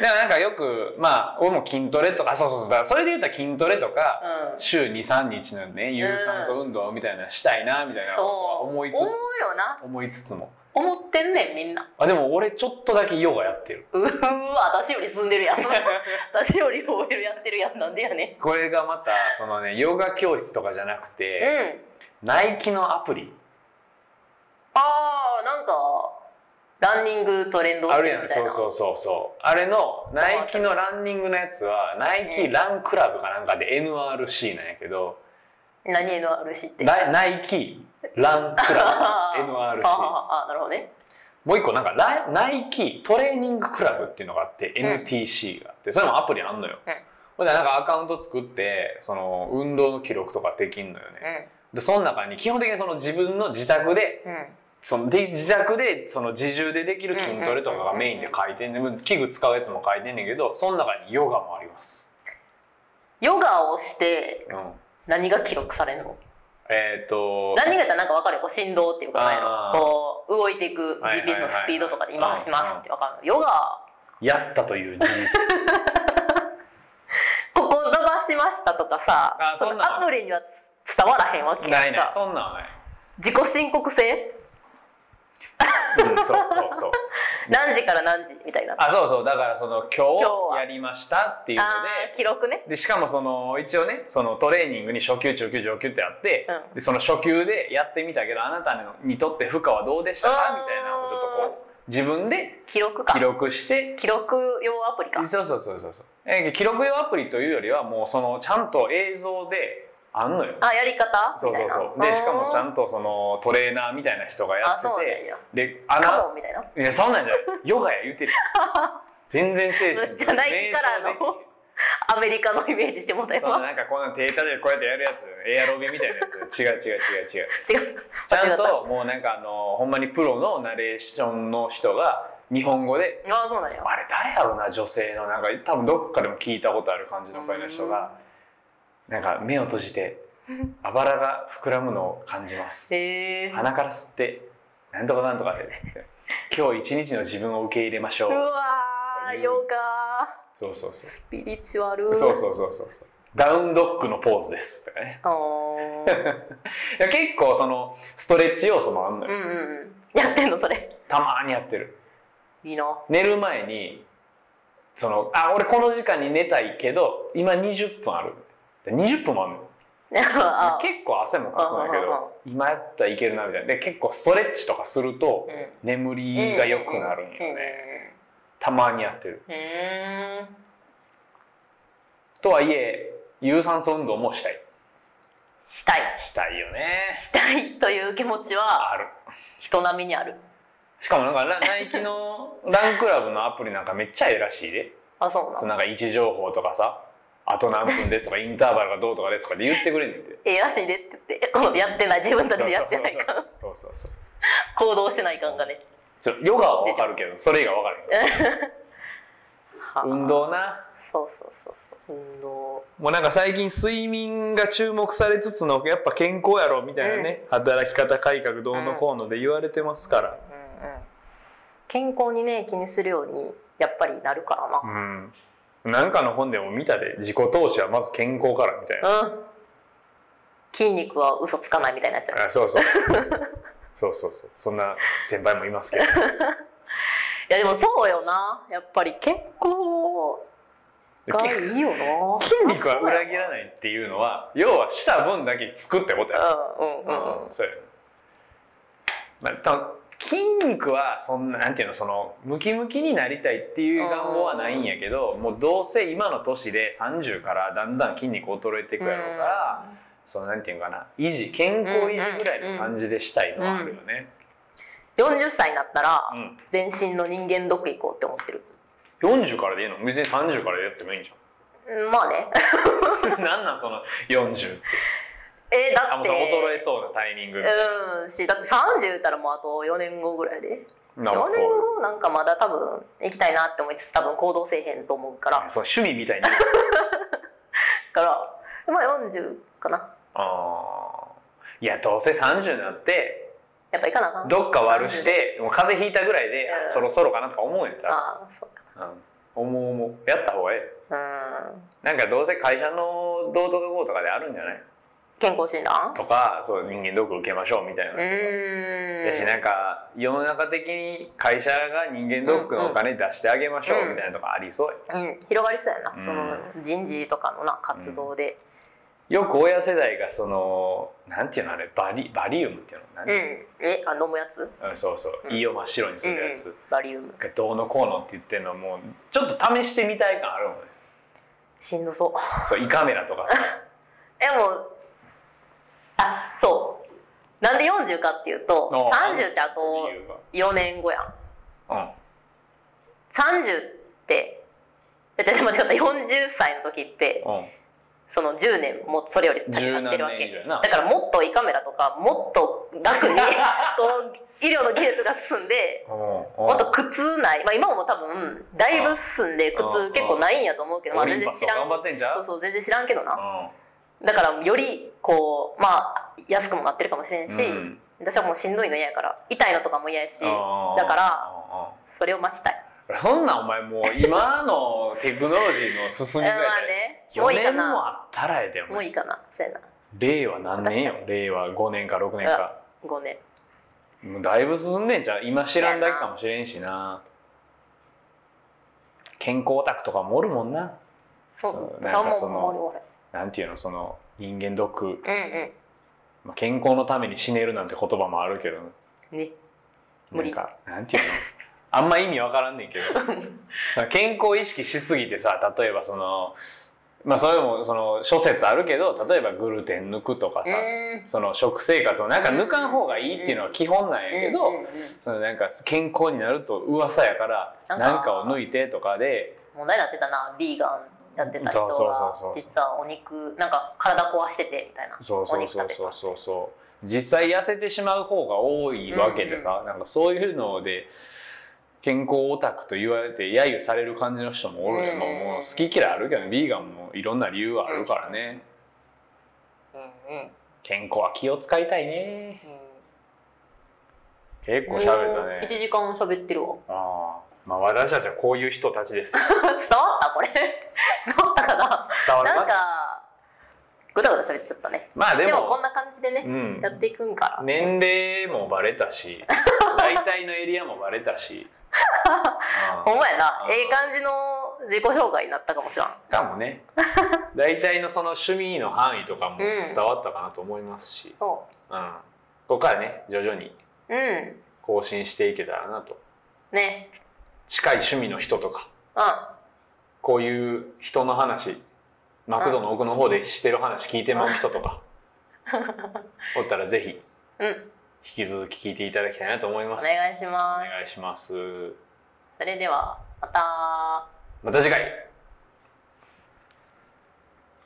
S2: でもなんかよくまあ俺も筋トレとかあそうそうそうだからそれで言うと筋トレとか、
S1: うん
S2: 週23日のね有酸素運動みたいなのしたいなみたいなことは思いつつ、
S1: 思うよな
S2: 思いつつも
S1: 思ってんねんみんな
S2: あでも俺ちょっとだけヨガやってる
S1: うーわ私より進んでるやん 私より OL やってるやんなんでやね
S2: これがまたそのねヨガ教室とかじゃなく
S1: んう
S2: て、
S1: ん
S2: ナイキのアプリ
S1: あーなんかランニングと連動し
S2: あ
S1: て
S2: るや
S1: る
S2: ん
S1: みたい
S2: そう
S1: な
S2: そうそうそうあれのナイキのランニングのやつはナイキランクラブかなんかで NRC なんやけど、
S1: 何のあるしって
S2: ナイナイキランク
S1: あ ー
S2: ラブ NRC
S1: あーあーなるほどね
S2: もう一個なんかライナイキトレーニングクラブっていうのがあって
S1: うん
S2: NTC があってそれもアプリあんのよ、
S1: うん
S2: ほんでなんかアカウント作ってその運動の記録とかできんのよねでその中に基本的にその自分の自宅で
S1: うんうん
S2: そので自宅でその自重でできる筋トレとかがメインで書いてんねん器具使うやつも書いてんねんけどその中にヨガもあります、
S1: ヨガをして
S2: うん、
S1: 何が記録されるの
S2: えっ、と
S1: ランニングやったらなんか分かるよこう振動っていうかなんや
S2: あ
S1: ろ
S2: ー
S1: こう動いていく
S2: はいはいはい
S1: GPS のスピードとかで今走ってます
S2: うん
S1: って分かるヨガ
S2: やったという事実
S1: ここ伸ばしましたとかさ
S2: あ
S1: そ
S2: そん
S1: の
S2: なん
S1: アプリにはつ伝わらへんわけや
S2: なんいない
S1: か
S2: そんなんはない、
S1: 自己申告制
S2: うん、そうそうそう
S1: 何時から何時みたいなあ
S2: あそうそうだからその今
S1: 今日
S2: 日
S1: は
S2: やりましたっていうの
S1: ー記録ね
S2: ででしかもその一応ねそのトレーニングに初級中級上級ってあって、
S1: うん
S2: でその初級でやってみたけどあなたのにとって負荷はどうでした
S1: う
S2: か
S1: ん
S2: みたいなのをちょっとこう自分で
S1: 記録か
S2: 記録して
S1: 記録用アプリか
S2: そうそうそうそうそうえ記録用アプリというよりはもうそのちゃんと映像であんのよ。
S1: あやり方
S2: そうそう
S1: み
S2: そう
S1: たい
S2: で
S1: な
S2: しかもちゃ
S1: あ
S2: んとそのトレーナーみたいな人がや
S1: あ
S2: って
S1: そうなん
S2: て
S1: や
S2: であ
S1: ー
S2: な
S1: カモンみたいない
S2: やそんなんじゃないヨガや言う てる全然精神
S1: じゃないからの
S2: 瞑想でき
S1: アメリカのイメージしてもうた
S2: へんその
S1: 今
S2: なんかこんな手たでこうやってやるやつエアロビみたいなやつ違う違う違う違う
S1: 違う
S2: ちゃん
S1: 間違っ
S2: ともうなんかあのほんまにプロのナレーションの人が日本語で
S1: たあーそうなんや
S2: あれ誰やろな女性のなんか多分どっかでも聞いたことある感じの声の人がなんか目を閉じてあばらが膨らむのを感じます
S1: へえー、
S2: 鼻から吸ってなんとかなんとかでって今日一日の自分を受け入れましょ
S1: う
S2: う
S1: わーヨガ
S2: そうそうそう
S1: スピリチュアル
S2: そうそうそうそうそうダウンドッグのポーズですとかね
S1: おー
S2: いや結構そのストレッチ要素もあんの
S1: う
S2: よ、
S1: んうんうんやってんのそれ
S2: たまにやってる
S1: いいな
S2: 寝る前にそのあ俺この時間に寝たいけど今20分ある20分もあるのよ
S1: あ
S2: 結構汗もかくんだけ
S1: あああ
S2: ど今やったらいけるなみたいなで結構ストレッチとかすると
S1: うん
S2: 眠りが良くなるんよねたまにやってる
S1: うんうん
S2: とはいえ有酸素運動もしたい
S1: したい
S2: したいよね
S1: したいという気持ちは
S2: ある
S1: 人並みにある
S2: しかもなん かラナイキのランクラブのアプリなんかめっちゃええらしいで
S1: あそうな
S2: そ
S1: の
S2: のなんか位置情報とかさあと何 分ですとかインターバルがどうとかですとかで言ってくれんねんて
S1: ええらしいでって言ってこのやってない自分たちでやってないか
S2: そうそうそうそうそうそう
S1: 行動してない感がね
S2: ちょヨガはわかるけどそれ以外わからへん
S1: はあ
S2: 運動な
S1: そうそうそうそう運動
S2: もうなんか最近睡眠が注目されつつのやっぱ健康やろみたいなね、働き方改革どうのこうので言われてますから、
S1: うんうん健康にね気にするようにやっぱりなるからな
S2: うん、なんかの本でも見たで自己投資はまず健康からみたいな、
S1: うん筋肉は嘘つかないみたいなやつや
S2: あそう そうそうそうそうそんな先輩も いますけど
S1: いやでもそうよなやっぱり健康がいいよな
S2: 筋肉は裏切らないっていうのは要はした分だけつくってことや、
S1: うんうんうん
S2: そうやまあ、多分筋肉はそんななんていうのそのムキムキになりたいっていう願望はないんやけど、もうどうせ今の年で30からだんだん筋肉衰えていくやろうから、そのなんていうのかな維持健康維持ぐらいの感じでしたいのはあるよね。
S1: うん40歳になったら
S2: うん
S1: 全身の人間ドック行こうって思ってる
S2: 40からでいいの別に30からやってもいいんじ
S1: うんまあね
S2: ゃん なんなんその40って
S1: え
S2: あ
S1: だ
S2: も
S1: っ
S2: う
S1: て
S2: さ衰えそうなタイミング
S1: うんしだって30言ったらもうあと4年後ぐらいで
S2: な
S1: 4
S2: んか
S1: 年
S2: そう
S1: 後なんかまだ多分行きたいなって思いつつ多分行動せえへんと思うから
S2: そう趣味みたいに
S1: からまあ40かな
S2: あーいやどうせ30になって
S1: やっぱ行かなあかん
S2: どっか悪してもう風邪ひいたぐらいで
S1: うん
S2: あそろそろかなとか思うんやったら、
S1: ああそうか
S2: うん、思う思うやった方がええ
S1: うん
S2: なんかどうせ会社の道徳号とかであるんじゃない
S1: 健康診断
S2: とかそう人間ドック受けましょうみたいな
S1: う、ーん
S2: やしなんか世の中的に会社が人間ドックのお金出してあげましょうみたいなとかありそうや
S1: うん、広がりそうやな、
S2: うん
S1: その人事とかのな活動で、
S2: よく親世代がそのなんていうのあれバリバリウムっていうの
S1: う
S2: 何
S1: んえあ飲むやつ、
S2: うんそうそう、
S1: うん
S2: 胃を真っ白にす
S1: うんう
S2: るや
S1: ん
S2: つ、
S1: バリウム
S2: がどうのこうのって言ってるのもうちょっと試してみたい感あるもんね
S1: しんどそう
S2: そう胃カメラとかさ
S1: でもあそうなんで40かっていうと30ってあと
S2: 理由が
S1: 4年後やん
S2: うん
S1: 30っていや違う違う間違った40歳の時ってその10年もそれより先
S2: 十
S1: 経ってる
S2: 何
S1: わ
S2: 年以
S1: け
S2: 上やな
S1: だからもっと胃カメラとかもっと楽 にこう医療の技術が進んでもっと
S2: も
S1: 苦痛ない、まあ、今も多分だいぶ進んで苦
S2: う
S1: 痛
S2: ん
S1: 結構ないんやと思うけど、ま
S2: オ
S1: あ、
S2: リ
S1: 全然
S2: ンパス
S1: 知
S2: と
S1: らん
S2: 頑張ってんじゃん
S1: そうそう全然知らんけどな
S2: う
S1: だからよりこうまあ安くもなってるかもしれんし、
S2: んうん
S1: 私はもうしんどいの嫌やから痛いのとかも嫌やし
S2: うん
S1: だから
S2: うん
S1: それを待ちたい
S2: そんなんお前もう今のテクノロジーの進
S1: うん
S2: み
S1: ま
S2: 具合
S1: あ
S2: で
S1: ねも
S2: 4
S1: ういいか
S2: 年も
S1: な
S2: あったらえで
S1: も
S2: も
S1: ういいかなそうやな
S2: 令和何年よ
S1: 確
S2: 令和5年か6年か
S1: 5年
S2: もうだいぶ進んでんじゃん今知らんだけかもしれんしな健康オタクとかもおるもんな
S1: そう
S2: そう
S1: 私
S2: な
S1: は
S2: んか
S1: もう
S2: その
S1: もう終
S2: なんていうのその人間ドック、
S1: わりうん
S2: まあ、健康のために死ねるなんて言葉もあるけど
S1: うんね無
S2: な
S1: 理
S2: んかなんていうの あんま意味わからん ねんけどその健康意識しすぎてさ例えばそのまあそれもその諸説あるけど例えばグルテン抜くとかさ、
S1: うん
S2: その食生活をなんか抜かん方がいいっていうのは基本なんやけど、
S1: うんうんうん
S2: そのなんか健康になると噂やから
S1: なんか
S2: なんかを抜いてとかで
S1: 問題になってたなビーガンやってた人
S2: そう
S1: が
S2: そうそうそう
S1: 実はお肉なんか体壊しててみたいな
S2: そうそうそうそ
S1: お
S2: う
S1: 肉食
S2: そうそう実際痩せてしまう方が多いわけでさ、なんかそういうので健康オタクと言われて揶揄される感じの人もおるよ、
S1: うん
S2: もうもう好き嫌いあるけどビーガンもいろんな理由があるからね、
S1: べてたうんうん
S2: 健康は気を使いたいね
S1: うん
S2: 結構喋ったね
S1: 1時間喋ってるわ
S2: あーまあ私たちはこういう人たちですよ
S1: 伝わったこれ 伝わったかな
S2: 伝わる
S1: なんかぐだぐだ喋っちゃったね
S2: まあ
S1: で
S2: で
S1: も
S2: も
S1: こんな感じでね、
S2: うん
S1: やっていくんか
S2: 年齢もバレた し大体のエリアもバレたしあ
S1: ほんまやな
S2: うん
S1: ええ感じの自己紹介になったかもしらん
S2: ーか もね大体のその趣味の範囲とかも伝わったかなと思いますし、
S1: そ
S2: うん、ここからね徐々に
S1: ううん
S2: 更新していけたらなと
S1: ね
S2: 近い趣味の人とか
S1: うん
S2: こういう人の話マクドの奥の方でしてる話聞いてまう人 とかおったらぜひ
S1: うん
S2: 引き続き聞いていただきたいなと思い
S1: お
S2: ます。
S1: 願いし
S2: お
S1: ます
S2: 願いします。
S1: それではまた
S2: また次回